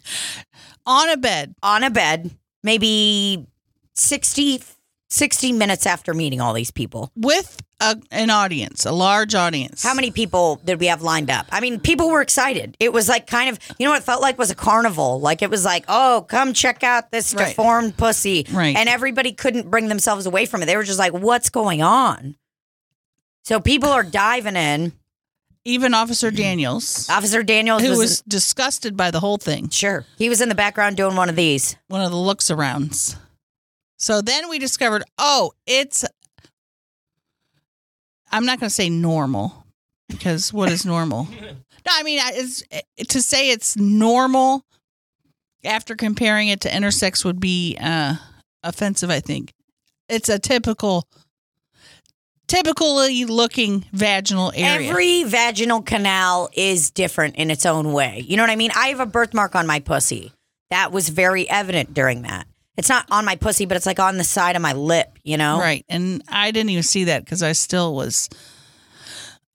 Speaker 1: On a bed.
Speaker 4: on a bed maybe 60, 60 minutes after meeting all these people.
Speaker 1: with a, an audience, a large audience.
Speaker 4: How many people did we have lined up? I mean, people were excited. It was like kind of, you know what it felt like was a carnival. Like it was like, oh, come check out this
Speaker 1: Right.
Speaker 4: deformed pussy.
Speaker 1: Right.
Speaker 4: And everybody couldn't bring themselves away from it. They were just like, what's going on? So people are diving in.
Speaker 1: Even Officer Daniels,
Speaker 4: Officer Daniels
Speaker 1: who
Speaker 4: was,
Speaker 1: was, disgusted by the whole thing,
Speaker 4: sure. He was in the background doing one of these.
Speaker 1: one of the looks arounds. So then we discovered, oh, it's. I'm not going to say normal because what is normal? no, I mean, I- it's, eh, to say it's normal after comparing it to intersex would be uh, offensive, I think. It's a typical, typically looking vaginal area.
Speaker 4: Every vaginal canal is different in its own way. You know what I mean? I have a birthmark on my pussy. That was very evident during that. It's not on my pussy, but it's like on the side of my lip, you know?
Speaker 1: Right. And I didn't even see that because I still was.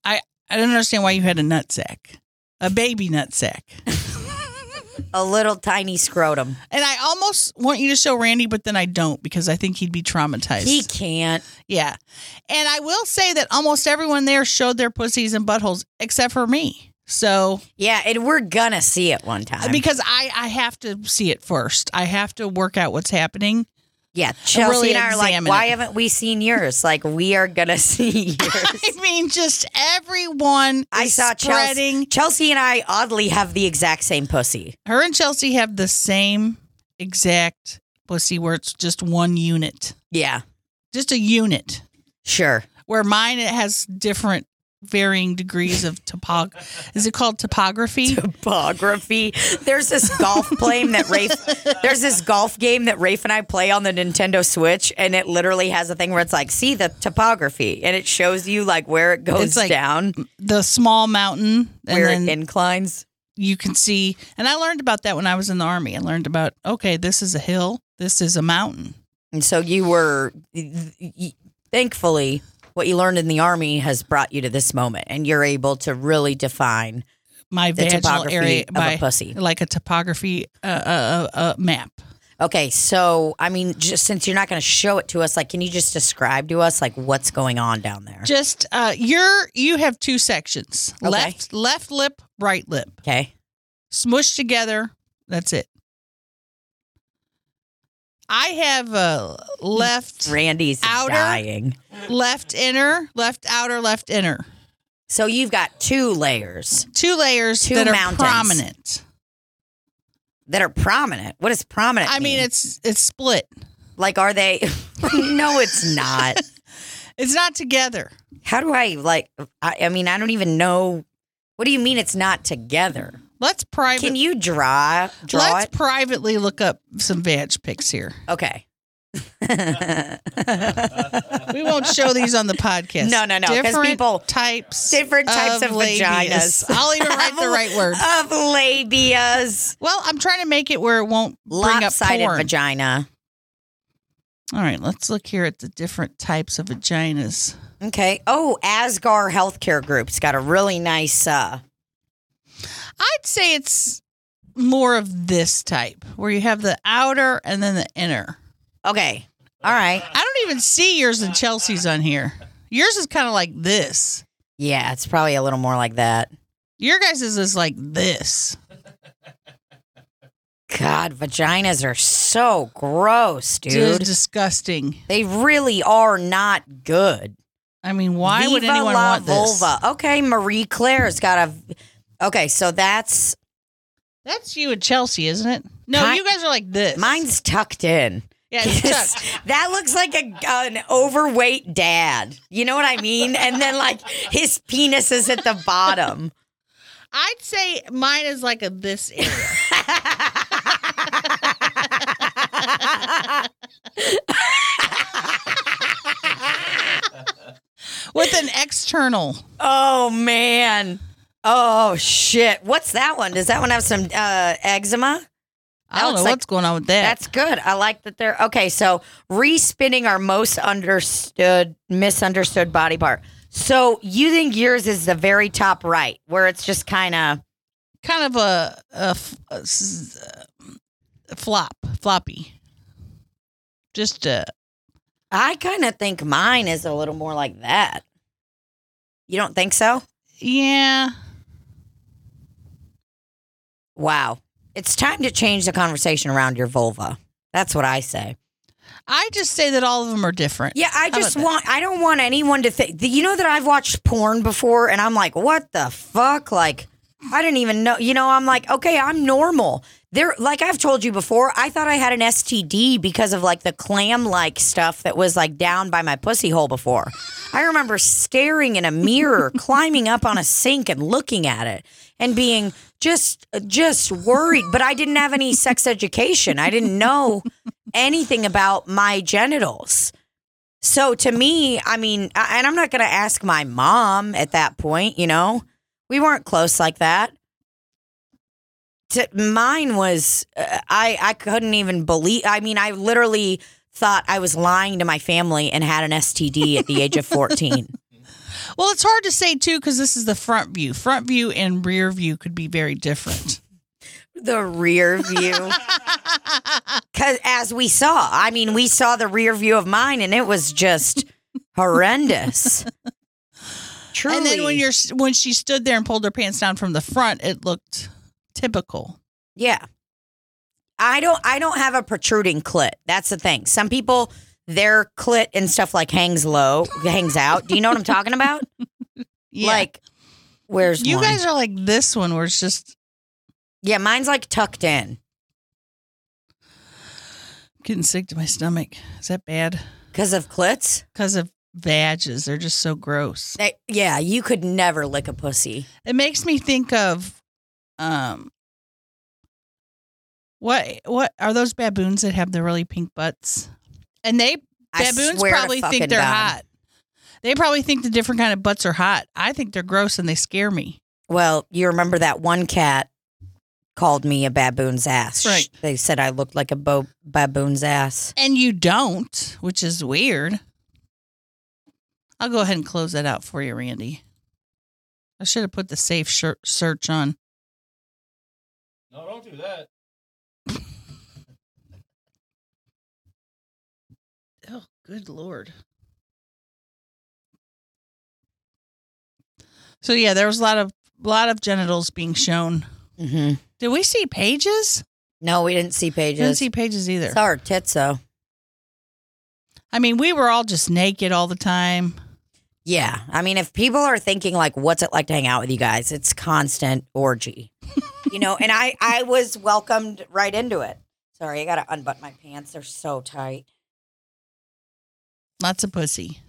Speaker 1: I I didn't understand why you had a nut sack, a baby nut sack.
Speaker 4: A little tiny scrotum.
Speaker 1: and I almost want you to show Randy, but then I don't because I think he'd be traumatized.
Speaker 4: He can't.
Speaker 1: yeah. And I will say that almost everyone there showed their pussies and buttholes except for me. So
Speaker 4: Yeah, and we're gonna see it one time.
Speaker 1: because I I have to see it first. I have to work out what's happening.
Speaker 4: yeah, Chelsea
Speaker 1: really
Speaker 4: and I are like,
Speaker 1: examine
Speaker 4: why
Speaker 1: it."
Speaker 4: haven't we seen yours? Like, we are gonna see yours.
Speaker 1: I mean, just everyone.
Speaker 4: I
Speaker 1: is
Speaker 4: saw
Speaker 1: spreading.
Speaker 4: Chelsea. Chelsea and I oddly have the exact same pussy.
Speaker 1: Her and Chelsea have the same exact pussy where it's just one unit,
Speaker 4: Yeah,
Speaker 1: just a unit.
Speaker 4: sure.
Speaker 1: Where mine it has different varying degrees of topog. Is it called topography?
Speaker 4: topography. There's this golf game that Rafe. There's this golf game that Rafe and I play on the Nintendo Switch, and it literally has a thing where it's like, see the topography, and it shows you like where it goes
Speaker 1: It's like-
Speaker 4: down,
Speaker 1: The small mountain, and
Speaker 4: where
Speaker 1: then
Speaker 4: it inclines.
Speaker 1: you can see. And I learned about that when I was in the army. I learned about okay, this is a hill, this is a mountain.
Speaker 4: And so you were, y- thankfully, what you learned in the army has brought you to this moment, and you're able to really define
Speaker 1: My
Speaker 4: the
Speaker 1: vaginal
Speaker 4: topography
Speaker 1: area
Speaker 4: of a
Speaker 1: by
Speaker 4: pussy.
Speaker 1: like a topography uh, uh, uh, uh, map.
Speaker 4: Okay, so I mean, just since you're not going to show it to us, like, can you just describe to us like what's going on down there?
Speaker 1: Just uh, you're you have two sections:
Speaker 4: Okay.
Speaker 1: left left lip, right lip.
Speaker 4: Okay.
Speaker 1: smushed together. That's it. I have a left,
Speaker 4: Randy's
Speaker 1: Outer-
Speaker 4: dying.
Speaker 1: left inner, left outer, left inner.
Speaker 4: So you've got two layers
Speaker 1: Two layers
Speaker 4: Two
Speaker 1: that
Speaker 4: mountains.
Speaker 1: are prominent.
Speaker 4: that are prominent. What does prominent?
Speaker 1: I mean, it's it's split.
Speaker 4: like, are they? no, it's not.
Speaker 1: It's not together.
Speaker 4: How do I like? I, I mean, I don't even know. What do you mean it's not together?
Speaker 1: Let's private.
Speaker 4: Can you draw draw
Speaker 1: let's
Speaker 4: it?
Speaker 1: privately look up some Vanch pics here.
Speaker 4: Okay.
Speaker 1: We won't show these on the podcast.
Speaker 4: No, no, no, 'cause
Speaker 1: Different
Speaker 4: people-
Speaker 1: types,
Speaker 4: different types of
Speaker 1: labias.
Speaker 4: vaginas.
Speaker 1: I'll even write the right word.
Speaker 4: of labias,
Speaker 1: Well, I'm trying to make it where it won't bring up
Speaker 4: lopsided
Speaker 1: porn.
Speaker 4: vagina.
Speaker 1: All right, let's look here at the different types of vaginas.
Speaker 4: Okay. Oh, Asgar Healthcare Group's got a really nice. uh
Speaker 1: I'd say it's more of this type, where you have the outer and then the inner.
Speaker 4: Okay. All right.
Speaker 1: I don't even see yours and Chelsea's on here. Yours is kind of like this.
Speaker 4: Yeah, it's probably a little more like that.
Speaker 1: Your guys' is like this.
Speaker 4: God, vaginas are so gross, dude.
Speaker 1: It's disgusting.
Speaker 4: They really are not good.
Speaker 1: I mean, why would
Speaker 4: Viva
Speaker 1: anyone
Speaker 4: la
Speaker 1: want this?
Speaker 4: vulva. Okay, Marie Claire's got a. Okay, so that's
Speaker 1: That's you and Chelsea, isn't it? No,
Speaker 4: Ki-
Speaker 1: you guys are like this.
Speaker 4: mine's tucked in.
Speaker 1: yeah, it's
Speaker 4: Yes.
Speaker 1: Chuck.
Speaker 4: That looks like a, an overweight dad. You know what I mean? And then like his penis is at the bottom.
Speaker 1: I'd say mine is like a this. area. With an external.
Speaker 4: oh man. Oh shit. What's that one? Does that one have some uh, eczema?
Speaker 1: I don't
Speaker 4: looks
Speaker 1: know
Speaker 4: like-
Speaker 1: what's going on with that.
Speaker 4: That's good. I like that they're okay. So respinning our most understood, misunderstood body part. So you think yours is the very top right, where it's just kind of
Speaker 1: kind of a, a f- a s- a flop, floppy. Just uh,
Speaker 4: I kind of think mine is a little more like that. You don't think so?
Speaker 1: yeah.
Speaker 4: Wow. It's time to change the conversation around your vulva. That's what I say.
Speaker 1: I just say that all of them are different.
Speaker 4: Yeah, I
Speaker 1: about
Speaker 4: just
Speaker 1: that?
Speaker 4: want, I don't want anyone to think, you know, that I've watched porn before and I'm like, what the fuck? Like, I didn't even know, you know, I'm like, okay, I'm normal. There, like I've told you before, I thought I had an STD because of like the clam like stuff that was like down by my pussy hole before. I remember staring in a mirror, climbing up on a sink and looking at it and being just, just worried. But I didn't have any sex education, I didn't know anything about my genitals. So to me, I mean, I- and I'm not going to ask my mom at that point, you know, we weren't close like that. To, mine was, uh, I, I couldn't even believe, I mean, I literally thought I was lying to my family and had an STD at the age of 14.
Speaker 1: Well, it's hard to say too because this is the front view. Front view and rear view could be very different.
Speaker 4: the rear view. Cause as we saw, I mean, we saw the rear view of mine and it was just horrendous. Truly.
Speaker 1: And then when you're when she stood there and pulled her pants down from the front, it looked typical.
Speaker 4: Yeah. I don't I don't have a protruding clit. That's the thing. Some people their clit and stuff like hangs low, hangs out. Do you know what I'm talking about?
Speaker 1: Yeah.
Speaker 4: Like where's
Speaker 1: you
Speaker 4: one?
Speaker 1: guys are like this one where it's just
Speaker 4: Yeah, mine's like tucked in.
Speaker 1: getting sick to my stomach. Is that bad?
Speaker 4: Cuz of clits?
Speaker 1: Because of badges, they're just so gross.
Speaker 4: They, yeah, you could never lick a pussy.
Speaker 1: It makes me think of, um, what what are those baboons that have the really pink butts? And they
Speaker 4: I
Speaker 1: baboons
Speaker 4: swear to
Speaker 1: probably
Speaker 4: fucking
Speaker 1: think they're
Speaker 4: God.
Speaker 1: hot. They probably think the different kind of butts are hot. I think they're gross and they scare me.
Speaker 4: Well, you remember that one cat called me a baboon's ass.
Speaker 1: Right.
Speaker 4: They said I looked like a bo- baboon's ass.
Speaker 1: And you don't, which is weird. I'll go ahead and close that out for you, Randy. I should have put the safe shir- search on.
Speaker 2: No, don't do that.
Speaker 1: Oh, good lord. So yeah, there was a lot of lot of genitals being shown.
Speaker 4: hmm
Speaker 1: Did we see pages?
Speaker 4: No, we didn't see pages.
Speaker 1: Didn't see pages either.
Speaker 4: It's our tits though.
Speaker 1: I mean, we were all just naked all the time.
Speaker 4: Yeah. I mean, if people are thinking like, what's it like to hang out with you guys? It's constant orgy, you know, and I, I was welcomed right into it. Sorry. I got to unbutton my pants. They're so tight.
Speaker 1: Lots of pussy.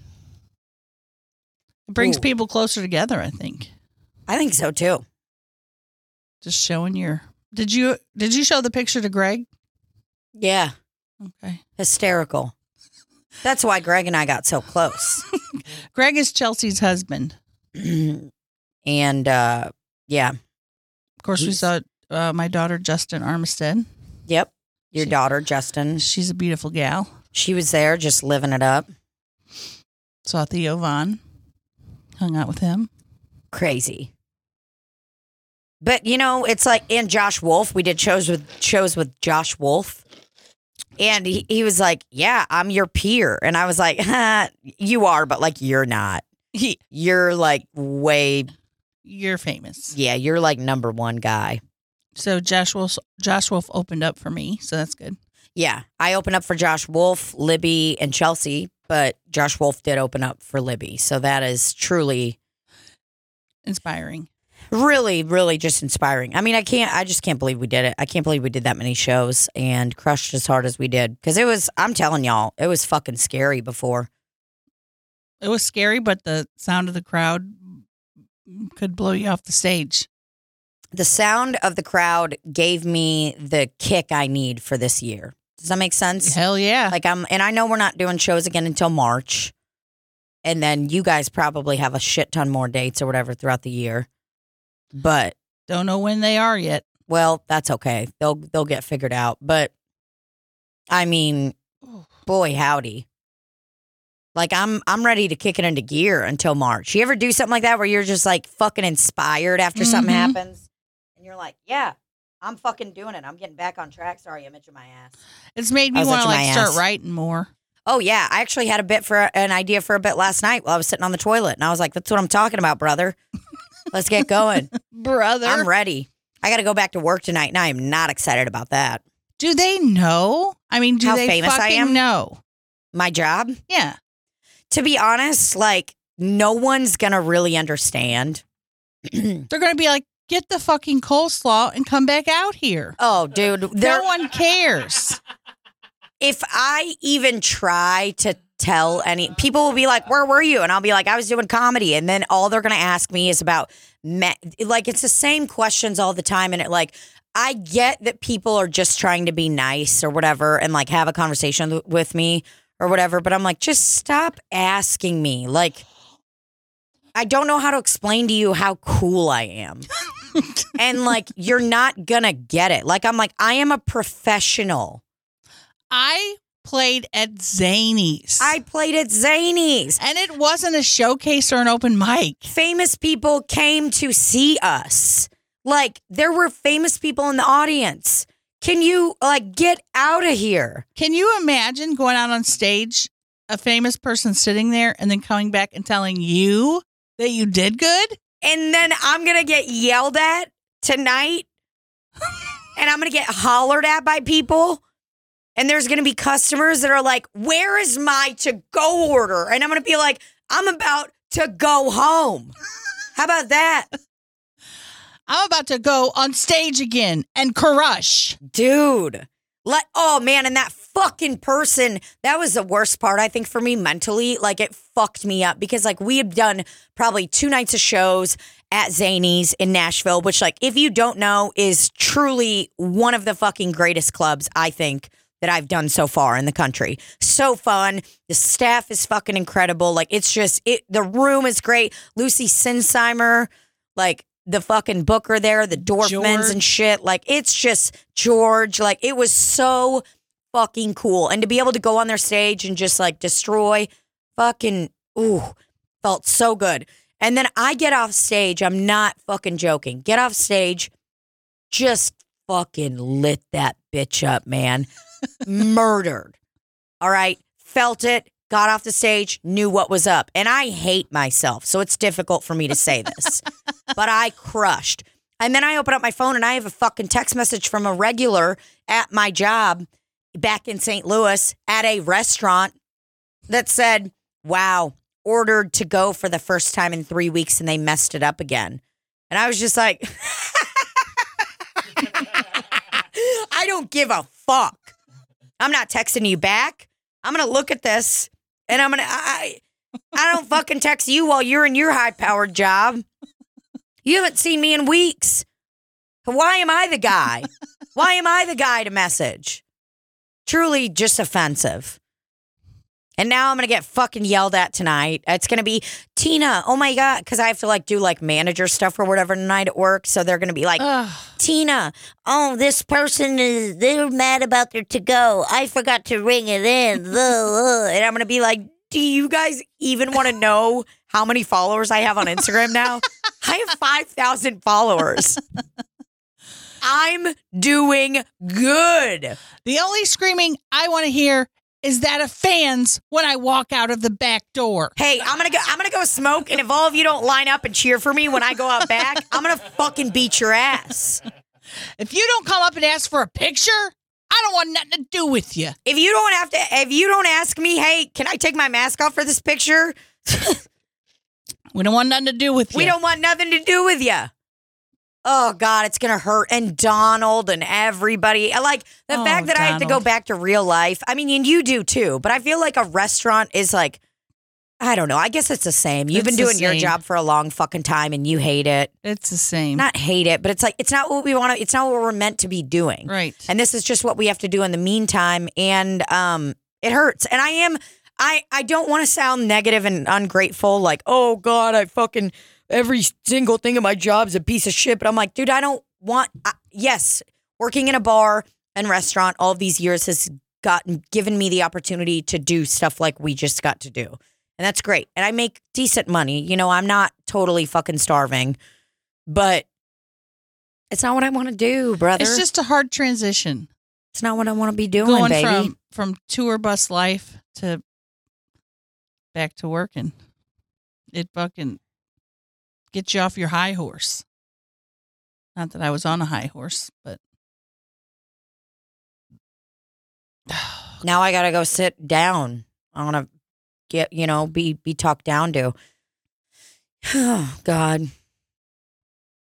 Speaker 1: It brings
Speaker 4: Ooh.
Speaker 1: people closer together, I think.
Speaker 4: I think so too.
Speaker 1: Just showing your Did you did you show the picture to Greg?
Speaker 4: Yeah.
Speaker 1: Okay.
Speaker 4: Hysterical. That's why Greg and I got so close.
Speaker 1: Greg is Chelsea's husband.
Speaker 4: and uh yeah.
Speaker 1: Of course, we
Speaker 4: He's-
Speaker 1: saw uh, my daughter Justin Armistead.
Speaker 4: Yep. Your
Speaker 1: She-
Speaker 4: daughter, Justin.
Speaker 1: She's a beautiful gal.
Speaker 4: She was there just living it up.
Speaker 1: Saw Theo Vaughn. Hung out with him.
Speaker 4: Crazy. But you know, it's like and Josh Wolf. We did shows with shows with Josh Wolf. And he, he was like, Yeah, I'm your peer. And I was like, huh, you are, but like you're not.
Speaker 1: He,
Speaker 4: You're like way
Speaker 1: you're famous.
Speaker 4: yeah, you're like number one guy.
Speaker 1: So Josh Wolf, Josh Wolf opened up for me, so that's good.
Speaker 4: Yeah, I open up for Josh Wolf, Libby, and Chelsea, but Josh Wolf did open up for Libby. So that is truly,
Speaker 1: Inspiring.
Speaker 4: really, really just inspiring. I mean, I can't, I just can't believe we did it. I can't believe we did that many shows and crushed as hard as we did. Cause it was, I'm telling y'all, it was fucking scary before.
Speaker 1: It was scary, but the sound of the crowd could blow you off the stage.
Speaker 4: The sound of the crowd gave me the kick I need for this year. Does that make sense?
Speaker 1: Hell yeah.
Speaker 4: Like I'm, and I know we're not doing shows again until March, and then you guys probably have a shit ton more dates or whatever throughout the year. But
Speaker 1: Don't know when they are yet.
Speaker 4: well, that's okay. They'll they'll get figured out. But I mean, boy howdy. Like I'm I'm ready to kick it into gear until March. You ever do something like that where you're just like fucking inspired after something
Speaker 1: Mhm.
Speaker 4: happens, and you're like, yeah. I'm fucking doing it. I'm getting back on track. Sorry, I'm itching my ass.
Speaker 1: It's made
Speaker 4: I
Speaker 1: me
Speaker 4: was
Speaker 1: want to
Speaker 4: itching
Speaker 1: like
Speaker 4: my
Speaker 1: start
Speaker 4: ass.
Speaker 1: writing more.
Speaker 4: Oh yeah, I actually had a bit for an idea for a bit last night while I was sitting on the toilet, and I was like, "That's what I'm talking about, brother. Let's get going.
Speaker 1: Brother.
Speaker 4: I'm ready. I got to go back to work tonight, and I am not excited about that.
Speaker 1: do they know? I mean, do
Speaker 4: How
Speaker 1: they
Speaker 4: famous I
Speaker 1: fucking
Speaker 4: am?
Speaker 1: know?
Speaker 4: My job,
Speaker 1: Yeah.
Speaker 4: to be honest, like no one's gonna really understand.
Speaker 1: They're going to be like, get the fucking coleslaw and come back out here.
Speaker 4: oh, dude, there.
Speaker 1: no one cares.
Speaker 4: if I even try to tell any people will be like, "Where were you?" and I'll be like, "I was doing comedy." And then all they're going to ask me is about me- like it's the same questions all the time and it like I get that people are just trying to be nice or whatever and like have a conversation th- with me or whatever, but I'm like, "Just stop asking me." Like I don't know how to explain to you how cool I am. and like you're not going to get it. Like I'm like, "I am a professional."
Speaker 1: I played at Zany's.
Speaker 4: I played at Zany's.
Speaker 1: and it wasn't a showcase or an open mic.
Speaker 4: Famous people came to see us. Like there were famous people in the audience. Can you like get out of here?
Speaker 1: Can you imagine going out on stage, a famous person sitting there, and then coming back and telling you that you did good?
Speaker 4: And then I'm gonna get yelled at tonight, and I'm gonna get hollered at by people. And there's gonna be customers that are like, "Where is my to go order?" And I'm gonna be like, "I'm about to go home." How about that?
Speaker 1: I'm about to go on stage again and crush.
Speaker 4: dude. Let oh man, and that fucking person, that was the worst part, I think, for me mentally. Like it fucked me up because like we had done probably two nights of shows at Zany's in Nashville, which like if you don't know, is truly one of the fucking greatest clubs, I think. That I've done so far in the country. So fun. The staff is fucking incredible. Like it's just it the room is great. Lucy Sinsheimer, like the fucking booker there, the Dorfmans and
Speaker 1: George.
Speaker 4: shit. Like it's just George. Like it was so fucking cool. And to be able to go on their stage and just like destroy fucking ooh, felt so good. And then I get off stage. I'm not fucking joking. Get off stage, just fucking lit that bitch up, man. Murdered. All right. Felt it, got off the stage, knew what was up. And I hate myself. So it's difficult for me to say this, but I crushed. And then I open up my phone and I have a fucking text message from a regular at my job back in St. Louis at a restaurant that said, wow, ordered to go for the first time in three weeks and they messed it up again. And I was just like, I don't give a fuck. I'm not texting you back. I'm gonna look at this and I'm gonna I, I- I don't fucking text you while you're in your high powered job. You haven't seen me in weeks. Why am I the guy? Why am I the guy to message? Truly just offensive. And now I'm going to get fucking yelled at tonight. It's going to be Tina, oh my God, because I have to like do like manager stuff or whatever tonight at work. So they're going to be like,
Speaker 1: Ugh.
Speaker 4: Tina, oh, this person is, they're mad about their to go. I forgot to ring it in. Ugh, ugh. and I'm going to be like, do you guys even want to know how many followers I have on Instagram now? I have 5,000 followers. I'm doing good.
Speaker 1: The only screaming I want to hear is that of fans when I walk out of the back door.
Speaker 4: Hey, I'm gonna go. I'm gonna go smoke, and if all of you don't line up and cheer for me when I go out back, I'm gonna fucking beat your ass.
Speaker 1: If you don't come up and ask for a picture, I don't want nothing to do with you.
Speaker 4: If you don't have to, if you don't ask me, hey, can I take my mask off for this picture?
Speaker 1: We don't want nothing to do with you.
Speaker 4: We don't want nothing to do with you. Oh God, it's gonna hurt. And Donald and everybody. I Like the
Speaker 1: Oh,
Speaker 4: fact that I have to go
Speaker 1: Donald.
Speaker 4: back to real life. I mean, and you do too. But I feel like a restaurant is like, I don't know. I guess it's the same. You've
Speaker 1: It's
Speaker 4: been
Speaker 1: the
Speaker 4: doing your
Speaker 1: same.
Speaker 4: job for a long fucking time, and you hate it.
Speaker 1: It's the same.
Speaker 4: Not hate it, but it's like it's not what we want to. It's not what we're meant to be doing.
Speaker 1: right.
Speaker 4: And this is just what we have to do in the meantime. And um, it hurts. And I am, I, I don't want to sound negative and ungrateful, like, oh God, I fucking, every single thing in my job's a piece of shit. But I'm like, dude, I don't want, I, yes, working in a bar and restaurant all these years has gotten, given me the opportunity to do stuff like we just got to do. And that's great. And I make decent money. You know, I'm not totally fucking starving, but it's not what I want to do, brother.
Speaker 1: it's just a hard transition
Speaker 4: It's not what I want to be doing,
Speaker 1: going
Speaker 4: baby.
Speaker 1: from from tour bus life to back to working. It fucking gets you off your high horse. Not that I was on a high horse, but
Speaker 4: now I gotta go sit down. I want to get, you know, be be talked down to. Oh God,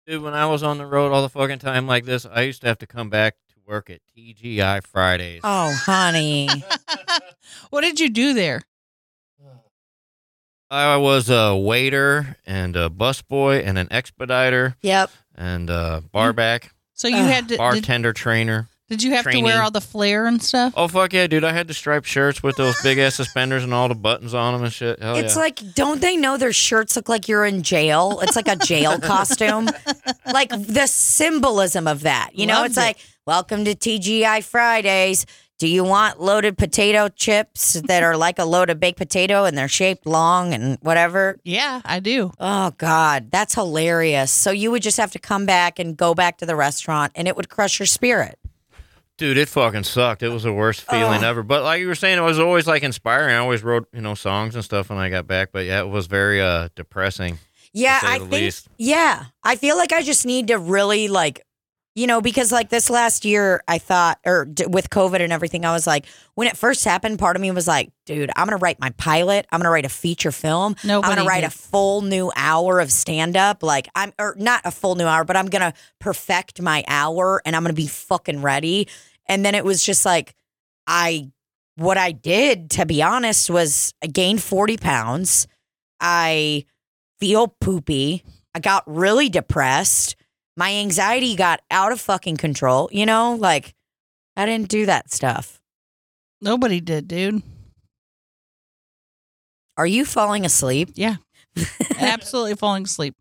Speaker 2: Dude, when I was on the road all the fucking time like this, I used to have to come back to work at TGI Fridays.
Speaker 4: oh honey,
Speaker 1: what did you do there?
Speaker 2: I was a waiter and a busboy and an expediter
Speaker 4: yep.
Speaker 2: and a barback,
Speaker 1: So you
Speaker 4: Ugh,
Speaker 1: had to Mm. did,
Speaker 2: bartender trainer.
Speaker 1: did you have to
Speaker 2: training.
Speaker 1: wear all the flair and stuff?
Speaker 2: Oh fuck yeah, dude! I had the striped shirts with those big ass suspenders and all the buttons on them and shit. Hell
Speaker 4: it's
Speaker 2: Oh, yeah.
Speaker 4: like, don't they know their shirts look like you're in jail? It's like a jail costume. Like the symbolism of that. You know,
Speaker 1: Loved
Speaker 4: it's
Speaker 1: it.
Speaker 4: like, welcome to TGI Fridays. Do you want loaded potato chips that are like a load of baked potato and they're shaped long and whatever?
Speaker 1: Yeah, I do.
Speaker 4: Oh God, that's hilarious. So you would just have to come back and go back to the restaurant and it would crush your spirit.
Speaker 2: Dude, it fucking sucked. It was the worst feeling
Speaker 4: Ugh.
Speaker 2: ever. But like you were saying, it was always like inspiring. I always wrote, you know, songs and stuff when I got back. But yeah, it was very uh depressing.
Speaker 4: Yeah,
Speaker 2: say
Speaker 4: I
Speaker 2: the
Speaker 4: think
Speaker 2: least.
Speaker 4: yeah. I feel like I just need to really like you know, because like this last year, I thought, or d- with COVID and everything, I was like, when it first happened, part of me was like, dude, I'm going to write my pilot. I'm going to write a feature film.
Speaker 1: Nobody
Speaker 4: I'm going to write
Speaker 1: did.
Speaker 4: a full new hour of stand up. Like, I'm, or not a full new hour, but I'm going to perfect my hour and I'm going to be fucking ready. And then it was just like, I, what I did, to be honest, was I gained 40 pounds. I feel poopy. I got really depressed. My anxiety got out of fucking control. You know, like I didn't do that stuff.
Speaker 1: Nobody did, dude.
Speaker 4: Are you falling asleep?
Speaker 1: Absolutely falling asleep.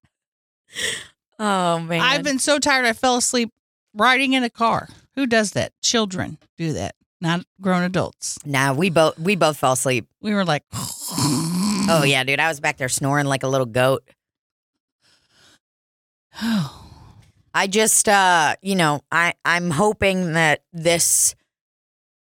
Speaker 4: Oh man,
Speaker 1: I've been so tired I fell asleep riding in a car. Who does that? Children do that, not grown adults.
Speaker 4: Nah, we both we both fell asleep.
Speaker 1: We were like,
Speaker 4: Oh
Speaker 1: oh
Speaker 4: yeah, dude, I was back there snoring like a little goat. I just uh, you know, I I'm hoping that this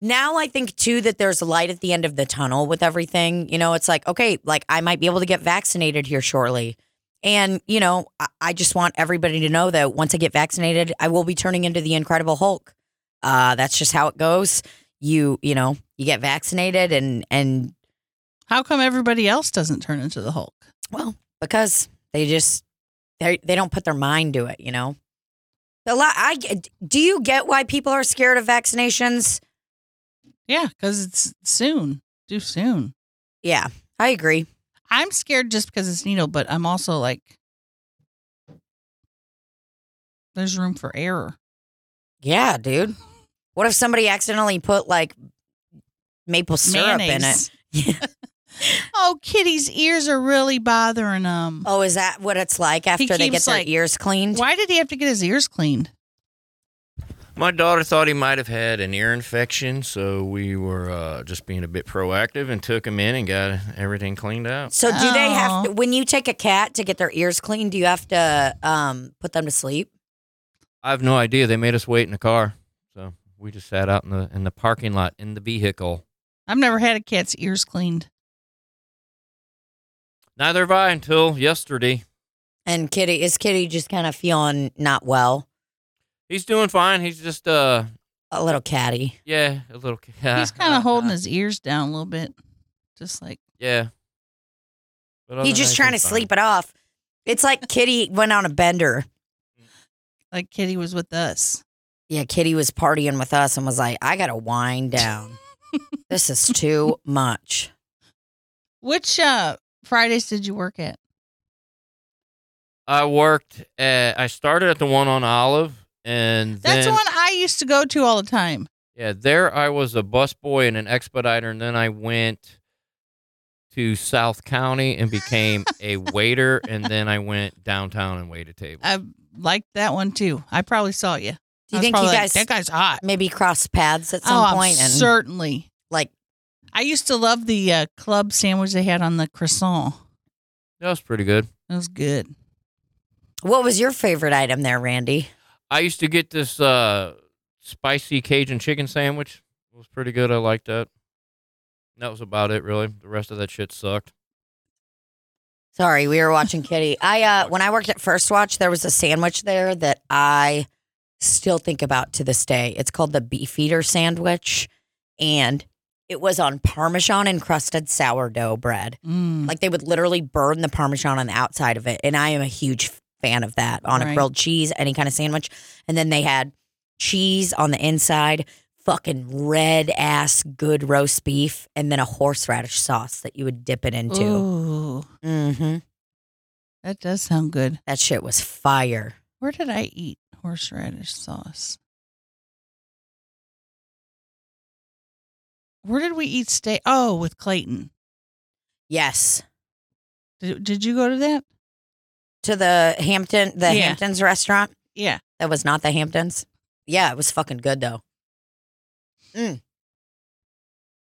Speaker 4: now I think too that there's light at the end of the tunnel with everything. You know, it's like, okay, like I might be able to get vaccinated here shortly. And, you know, I, I just want everybody to know that once I get vaccinated, I will be turning into the Incredible Hulk. Uh, that's just how it goes. You, you know, you get vaccinated and and
Speaker 1: How come everybody else doesn't turn into the Hulk?
Speaker 4: Well, because they just they they don't put their mind to it, you know. A lot. I get- do you get why people are scared of vaccinations?
Speaker 1: Yeah, because it's soon, too soon.
Speaker 4: Yeah, I agree.
Speaker 1: I'm scared just because it's needle, but I'm also like, there's room for error.
Speaker 4: Yeah, dude. What if somebody accidentally put like maple syrup
Speaker 1: Mayonnaise.
Speaker 4: in it?
Speaker 1: Oh, Kitty's ears are really bothering him.
Speaker 4: oh, is that what it's like after they get
Speaker 1: keeps,
Speaker 4: their
Speaker 1: like,
Speaker 4: ears cleaned?
Speaker 1: Why did he have to get his ears cleaned?
Speaker 2: My daughter thought he might have had an ear infection, so we were uh, just being a bit proactive and took him in and got everything cleaned out.
Speaker 4: So do they have
Speaker 1: Oh.
Speaker 4: to, when you take a cat to get their ears cleaned, do you have to um, put them to sleep?
Speaker 2: I have no idea. They made us wait in the car, so we just sat out in the in the parking lot in the vehicle.
Speaker 1: I've never had a cat's ears cleaned.
Speaker 2: Neither have I until yesterday.
Speaker 4: And Kitty is Kitty just kind of feeling not well,
Speaker 2: He's doing fine. He's just uh
Speaker 4: a little catty.
Speaker 2: yeah a little.
Speaker 1: He's kind
Speaker 4: Uh-huh.
Speaker 1: of holding his ears down a little bit, just like
Speaker 2: yeah. But other
Speaker 4: He's
Speaker 2: than
Speaker 4: just
Speaker 2: that,
Speaker 4: trying to
Speaker 2: fine.
Speaker 4: sleep it off. It's like Kitty went on a bender.
Speaker 1: like Kitty was with us.
Speaker 4: Yeah, Kitty was partying with us and was like, "I gotta wind down. this is too much."
Speaker 1: Which uh Fridays did you work at?
Speaker 2: I worked at. I started at the one on Olive, and
Speaker 1: That's the
Speaker 2: then-
Speaker 1: one I used to go to all the time.
Speaker 2: Yeah, there I was a busboy and an expediter, and then I went to South County and became a waiter, and then I went downtown and waited table.
Speaker 4: Oh.
Speaker 1: I liked that one too. I probably saw you.
Speaker 4: Do you think you guys
Speaker 1: that guy's hot?
Speaker 4: maybe crossed paths at
Speaker 1: Oh,
Speaker 4: some
Speaker 1: I'm
Speaker 4: point and
Speaker 1: certainly.
Speaker 4: like
Speaker 1: I used to love the uh, club sandwich they had on the croissant.
Speaker 2: That was pretty good.
Speaker 1: It was good.
Speaker 4: What was your favorite item there, Randy?
Speaker 2: I used to get this uh, spicy Cajun chicken sandwich. It was pretty good. I liked that. And That was about it, really. The rest of that shit sucked.
Speaker 4: Sorry, we were watching Kitty. I uh when I worked at First Watch, there was a sandwich there that I still think about to this day. It's called the Beefeater sandwich and it was on parmesan encrusted sourdough bread.
Speaker 1: Mm.
Speaker 4: Like they would literally burn the parmesan on the outside of it and I am a huge fan of that on a
Speaker 1: Right.
Speaker 4: grilled cheese, any kind of sandwich. And then they had cheese on the inside, fucking red ass good roast beef and then a horseradish sauce that you would dip it into.
Speaker 1: Ooh,
Speaker 4: Mm-hmm.
Speaker 1: that does sound good.
Speaker 4: That shit was fire.
Speaker 1: Where did I eat horseradish sauce? Where did we eat steak? Oh, with Clayton.
Speaker 4: Yes.
Speaker 1: Did, did you go to that?
Speaker 4: To the Hampton, the
Speaker 1: Yeah.
Speaker 4: Hamptons restaurant.
Speaker 1: Yeah.
Speaker 4: That was not the Hamptons. Yeah, it was fucking good though. Mm.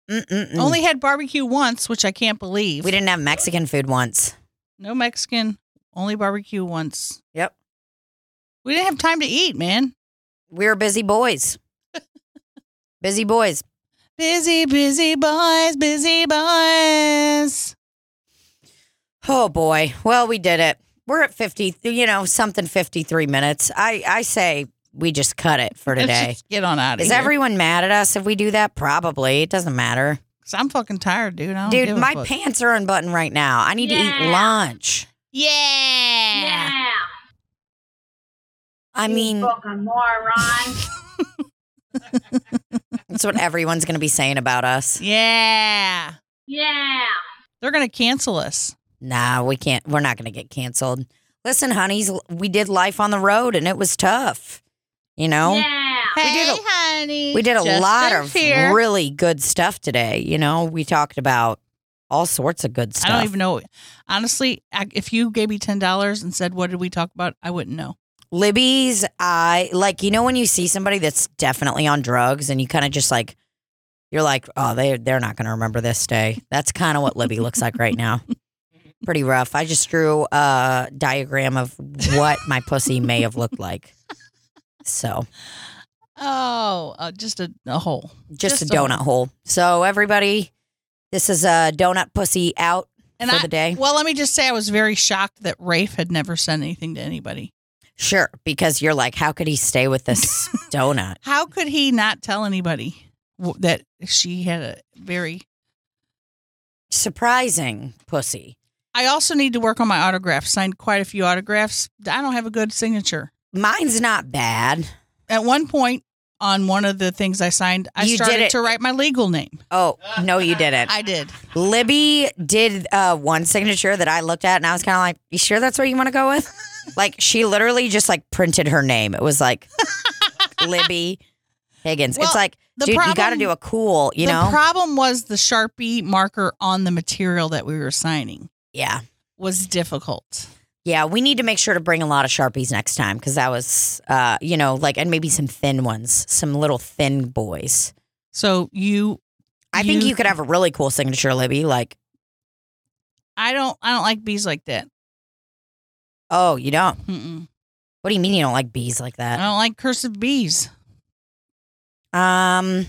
Speaker 4: Mm-mm-mm.
Speaker 1: Only had barbecue once, which I can't believe.
Speaker 4: Mm. we didn't have Mexican food once.
Speaker 1: No Mexican, only barbecue once.
Speaker 4: Yep.
Speaker 1: We didn't have time to eat, man.
Speaker 4: We were busy boys. busy boys.
Speaker 1: Busy, busy boys, busy boys.
Speaker 4: Oh boy. Well, we did it. We're at 50, you know, something 53 minutes. I I say we just cut it for
Speaker 1: Let's
Speaker 4: today.
Speaker 1: just get on out of
Speaker 4: Is
Speaker 1: here.
Speaker 4: everyone mad at us if we do that? Probably. It doesn't matter.
Speaker 1: 'Cause I'm fucking tired, dude. I don't
Speaker 4: Dude,
Speaker 1: give a
Speaker 4: my
Speaker 1: fuck.
Speaker 4: pants are unbuttoned right now. I need to eat
Speaker 3: Yeah.
Speaker 4: lunch.
Speaker 1: Yeah.
Speaker 4: I
Speaker 3: You
Speaker 4: mean,
Speaker 3: fucking moron.
Speaker 4: that's what everyone's going to be saying about us.
Speaker 1: Yeah.
Speaker 3: yeah.
Speaker 1: They're gonna cancel us.
Speaker 4: Nah, we can't. We're not going to get canceled. Listen, honeys, we did life on the road and it was tough. You know,
Speaker 3: Yeah.
Speaker 1: hey,
Speaker 4: did a-
Speaker 1: honey.
Speaker 4: we did a
Speaker 1: Just
Speaker 4: lot
Speaker 1: in
Speaker 4: of
Speaker 1: fear.
Speaker 4: really good stuff today. You know, we talked about all sorts of good stuff.
Speaker 1: I don't even know. Honestly, I, if you gave me ten dollars and said, "What did we talk about?" I wouldn't know.
Speaker 4: Libby's I like you know when you see somebody that's definitely on drugs and you kind of just like you're like oh they they're not going to remember this day. That's kind of what Libby looks like right now. Pretty rough. I just drew a diagram of what my pussy may have looked like. So,
Speaker 1: Oh, uh, just a, a hole.
Speaker 4: just,
Speaker 1: Just
Speaker 4: a
Speaker 1: a
Speaker 4: donut hole. So everybody, this is a donut pussy out
Speaker 1: And
Speaker 4: for
Speaker 1: I,
Speaker 4: the day.
Speaker 1: Well, let me just say, I was very shocked that Rafe had never sent anything to anybody.
Speaker 4: Sure, because you're like how could he stay with this donut?
Speaker 1: How could he not tell anybody w- that she had a very?
Speaker 4: Surprising pussy.
Speaker 1: I also need to work on my autograph. Signed quite a few autographs. I don't have a good signature.
Speaker 4: Mine's not bad.
Speaker 1: At one point, on one of the things I signed. I
Speaker 4: You did
Speaker 1: started
Speaker 4: it.
Speaker 1: to write my legal name.
Speaker 4: Oh, no, you didn't.
Speaker 1: I did.
Speaker 4: Libby did uh, one signature that I looked at and I was kind of like, you sure that's what you want to go with? like, she literally just like printed her name. It was like Libby Higgins.
Speaker 1: Well,
Speaker 4: it's like,
Speaker 1: the
Speaker 4: dude, you got to
Speaker 1: problem-
Speaker 4: do a cool, you
Speaker 1: the
Speaker 4: know?
Speaker 1: problem was the Sharpie marker on the material that we were signing
Speaker 4: yeah.
Speaker 1: was difficult.
Speaker 4: Yeah. We need to make sure to bring a lot of Sharpies next time because that was, uh, you know, like, and maybe some thin ones, some little thin boys.
Speaker 1: So you
Speaker 4: I think
Speaker 1: You-
Speaker 4: you could have a really cool signature, Libby. Like,
Speaker 1: I don't I don't like bees like that.
Speaker 4: oh, you don't.
Speaker 1: Mm-mm.
Speaker 4: What do you mean you don't like bees like
Speaker 1: I
Speaker 4: that?
Speaker 1: don't like cursive bees. Uh,
Speaker 4: Um,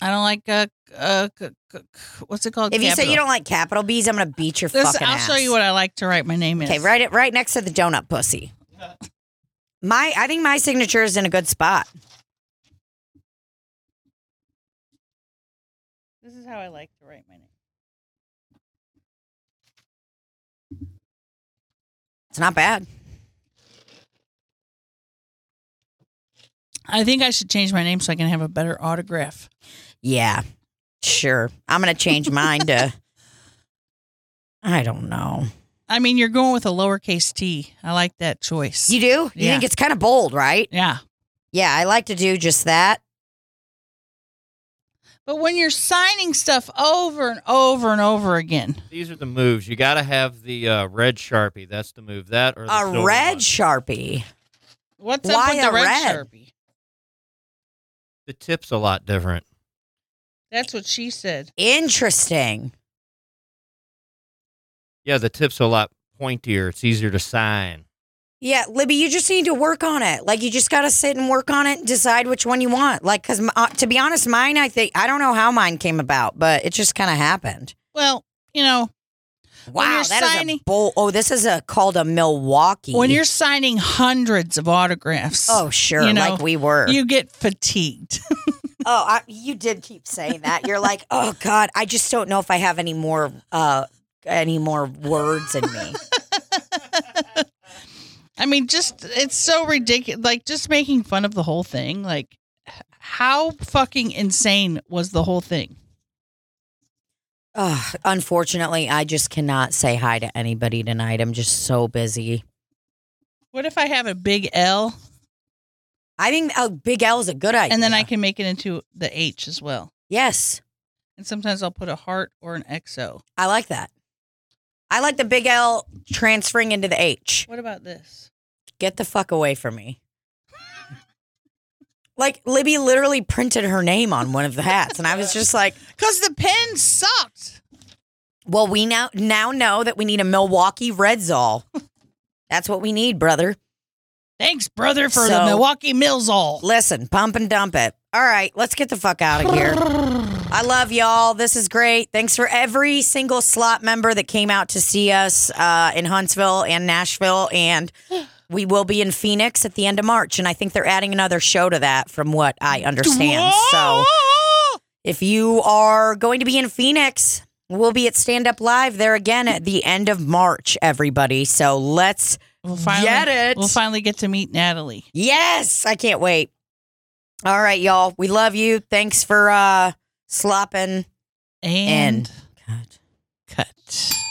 Speaker 1: I don't like uh, uh c- c- c- what's it called?
Speaker 4: if you say
Speaker 1: Capital.
Speaker 4: you don't like capital B's, I'm gonna beat your
Speaker 1: This-
Speaker 4: fucking
Speaker 1: I'll
Speaker 4: ass.
Speaker 1: show you what I like to write my name in.
Speaker 4: Okay, write it right next to the donut pussy. My, I think my signature is in a good spot.
Speaker 1: This is how I like to write my name.
Speaker 4: It's not bad.
Speaker 1: I think I should change my name so I can have a better autograph.
Speaker 4: Yeah, sure. I'm gonna change mine to. I don't know.
Speaker 1: I mean, you're going with a lowercase t. I like that choice.
Speaker 4: You do? You
Speaker 1: Yeah.
Speaker 4: think it's kind of bold, right?
Speaker 1: yeah.
Speaker 4: Yeah, I like to do just that.
Speaker 1: But when you're signing stuff over and over and over again,
Speaker 2: These are the moves. You got to have the uh, red sharpie. That's the move. That or the
Speaker 4: A
Speaker 2: silver
Speaker 4: red
Speaker 2: one.
Speaker 4: sharpie.
Speaker 1: what's
Speaker 4: Why
Speaker 1: up with the
Speaker 4: a
Speaker 1: red,
Speaker 4: red?
Speaker 1: sharpie?
Speaker 2: the tip's a lot different.
Speaker 1: That's what she said.
Speaker 4: Interesting.
Speaker 2: Yeah, the tip's a lot pointier. It's easier to sign.
Speaker 4: Yeah, Libby, you just need to work on it. Like you just got to sit and work on it and decide which one you want. Like cuz uh, to be honest, mine I think I don't know how mine came about, but it just kind of happened.
Speaker 1: Well, you know, When
Speaker 4: Wow,
Speaker 1: you're
Speaker 4: that is
Speaker 1: signing-
Speaker 4: a bold. Oh, this is a called a Milwaukee.
Speaker 1: when you're signing hundreds of autographs,
Speaker 4: Oh, sure.
Speaker 1: you know,
Speaker 4: like we were.
Speaker 1: you get fatigued.
Speaker 4: oh, I, you did keep saying that. You're like, "Oh god, I just don't know if I have any more uh any more words in me."
Speaker 1: I mean, just it's so ridiculous. Like just making fun of the whole thing. Like h- how fucking insane was the whole thing?
Speaker 4: Oh, unfortunately, I just cannot say hi to anybody tonight. I'm just so busy.
Speaker 1: What if I have a big L
Speaker 4: I think oh, Big L is a good idea.
Speaker 1: and then I can make it into the H as well?
Speaker 4: Yes,
Speaker 1: And sometimes I'll put a heart or an XO.
Speaker 4: I like that. I like the big L transferring into the H.
Speaker 1: What about this?
Speaker 4: Get the fuck away from me. Like Libby literally printed her name on one of the hats, and I was just like,
Speaker 1: Because the pen sucked.
Speaker 4: "Well, we now now know that we need a Milwaukee Red Zoll. That's what we need, brother.
Speaker 1: Thanks, brother, for the
Speaker 4: So-
Speaker 1: Milwaukee Mills all.
Speaker 4: Listen, pump and dump it. All right, let's get the fuck out of here. I love y'all. This is great. Thanks for every single slot member that came out to see us uh, in Huntsville and Nashville. And we will be in Phoenix at the end of March. And I think they're adding another show to that, from what I understand. So if you are going to be in Phoenix, we'll be at Stand Up Live there again at the end of March, everybody. So let's
Speaker 1: We'll finally,
Speaker 4: get it.
Speaker 1: We'll finally get to meet Natalie.
Speaker 4: Yes, I can't wait. All right, y'all. We love you. Thanks for uh slopping.
Speaker 1: And
Speaker 4: God.
Speaker 1: cut.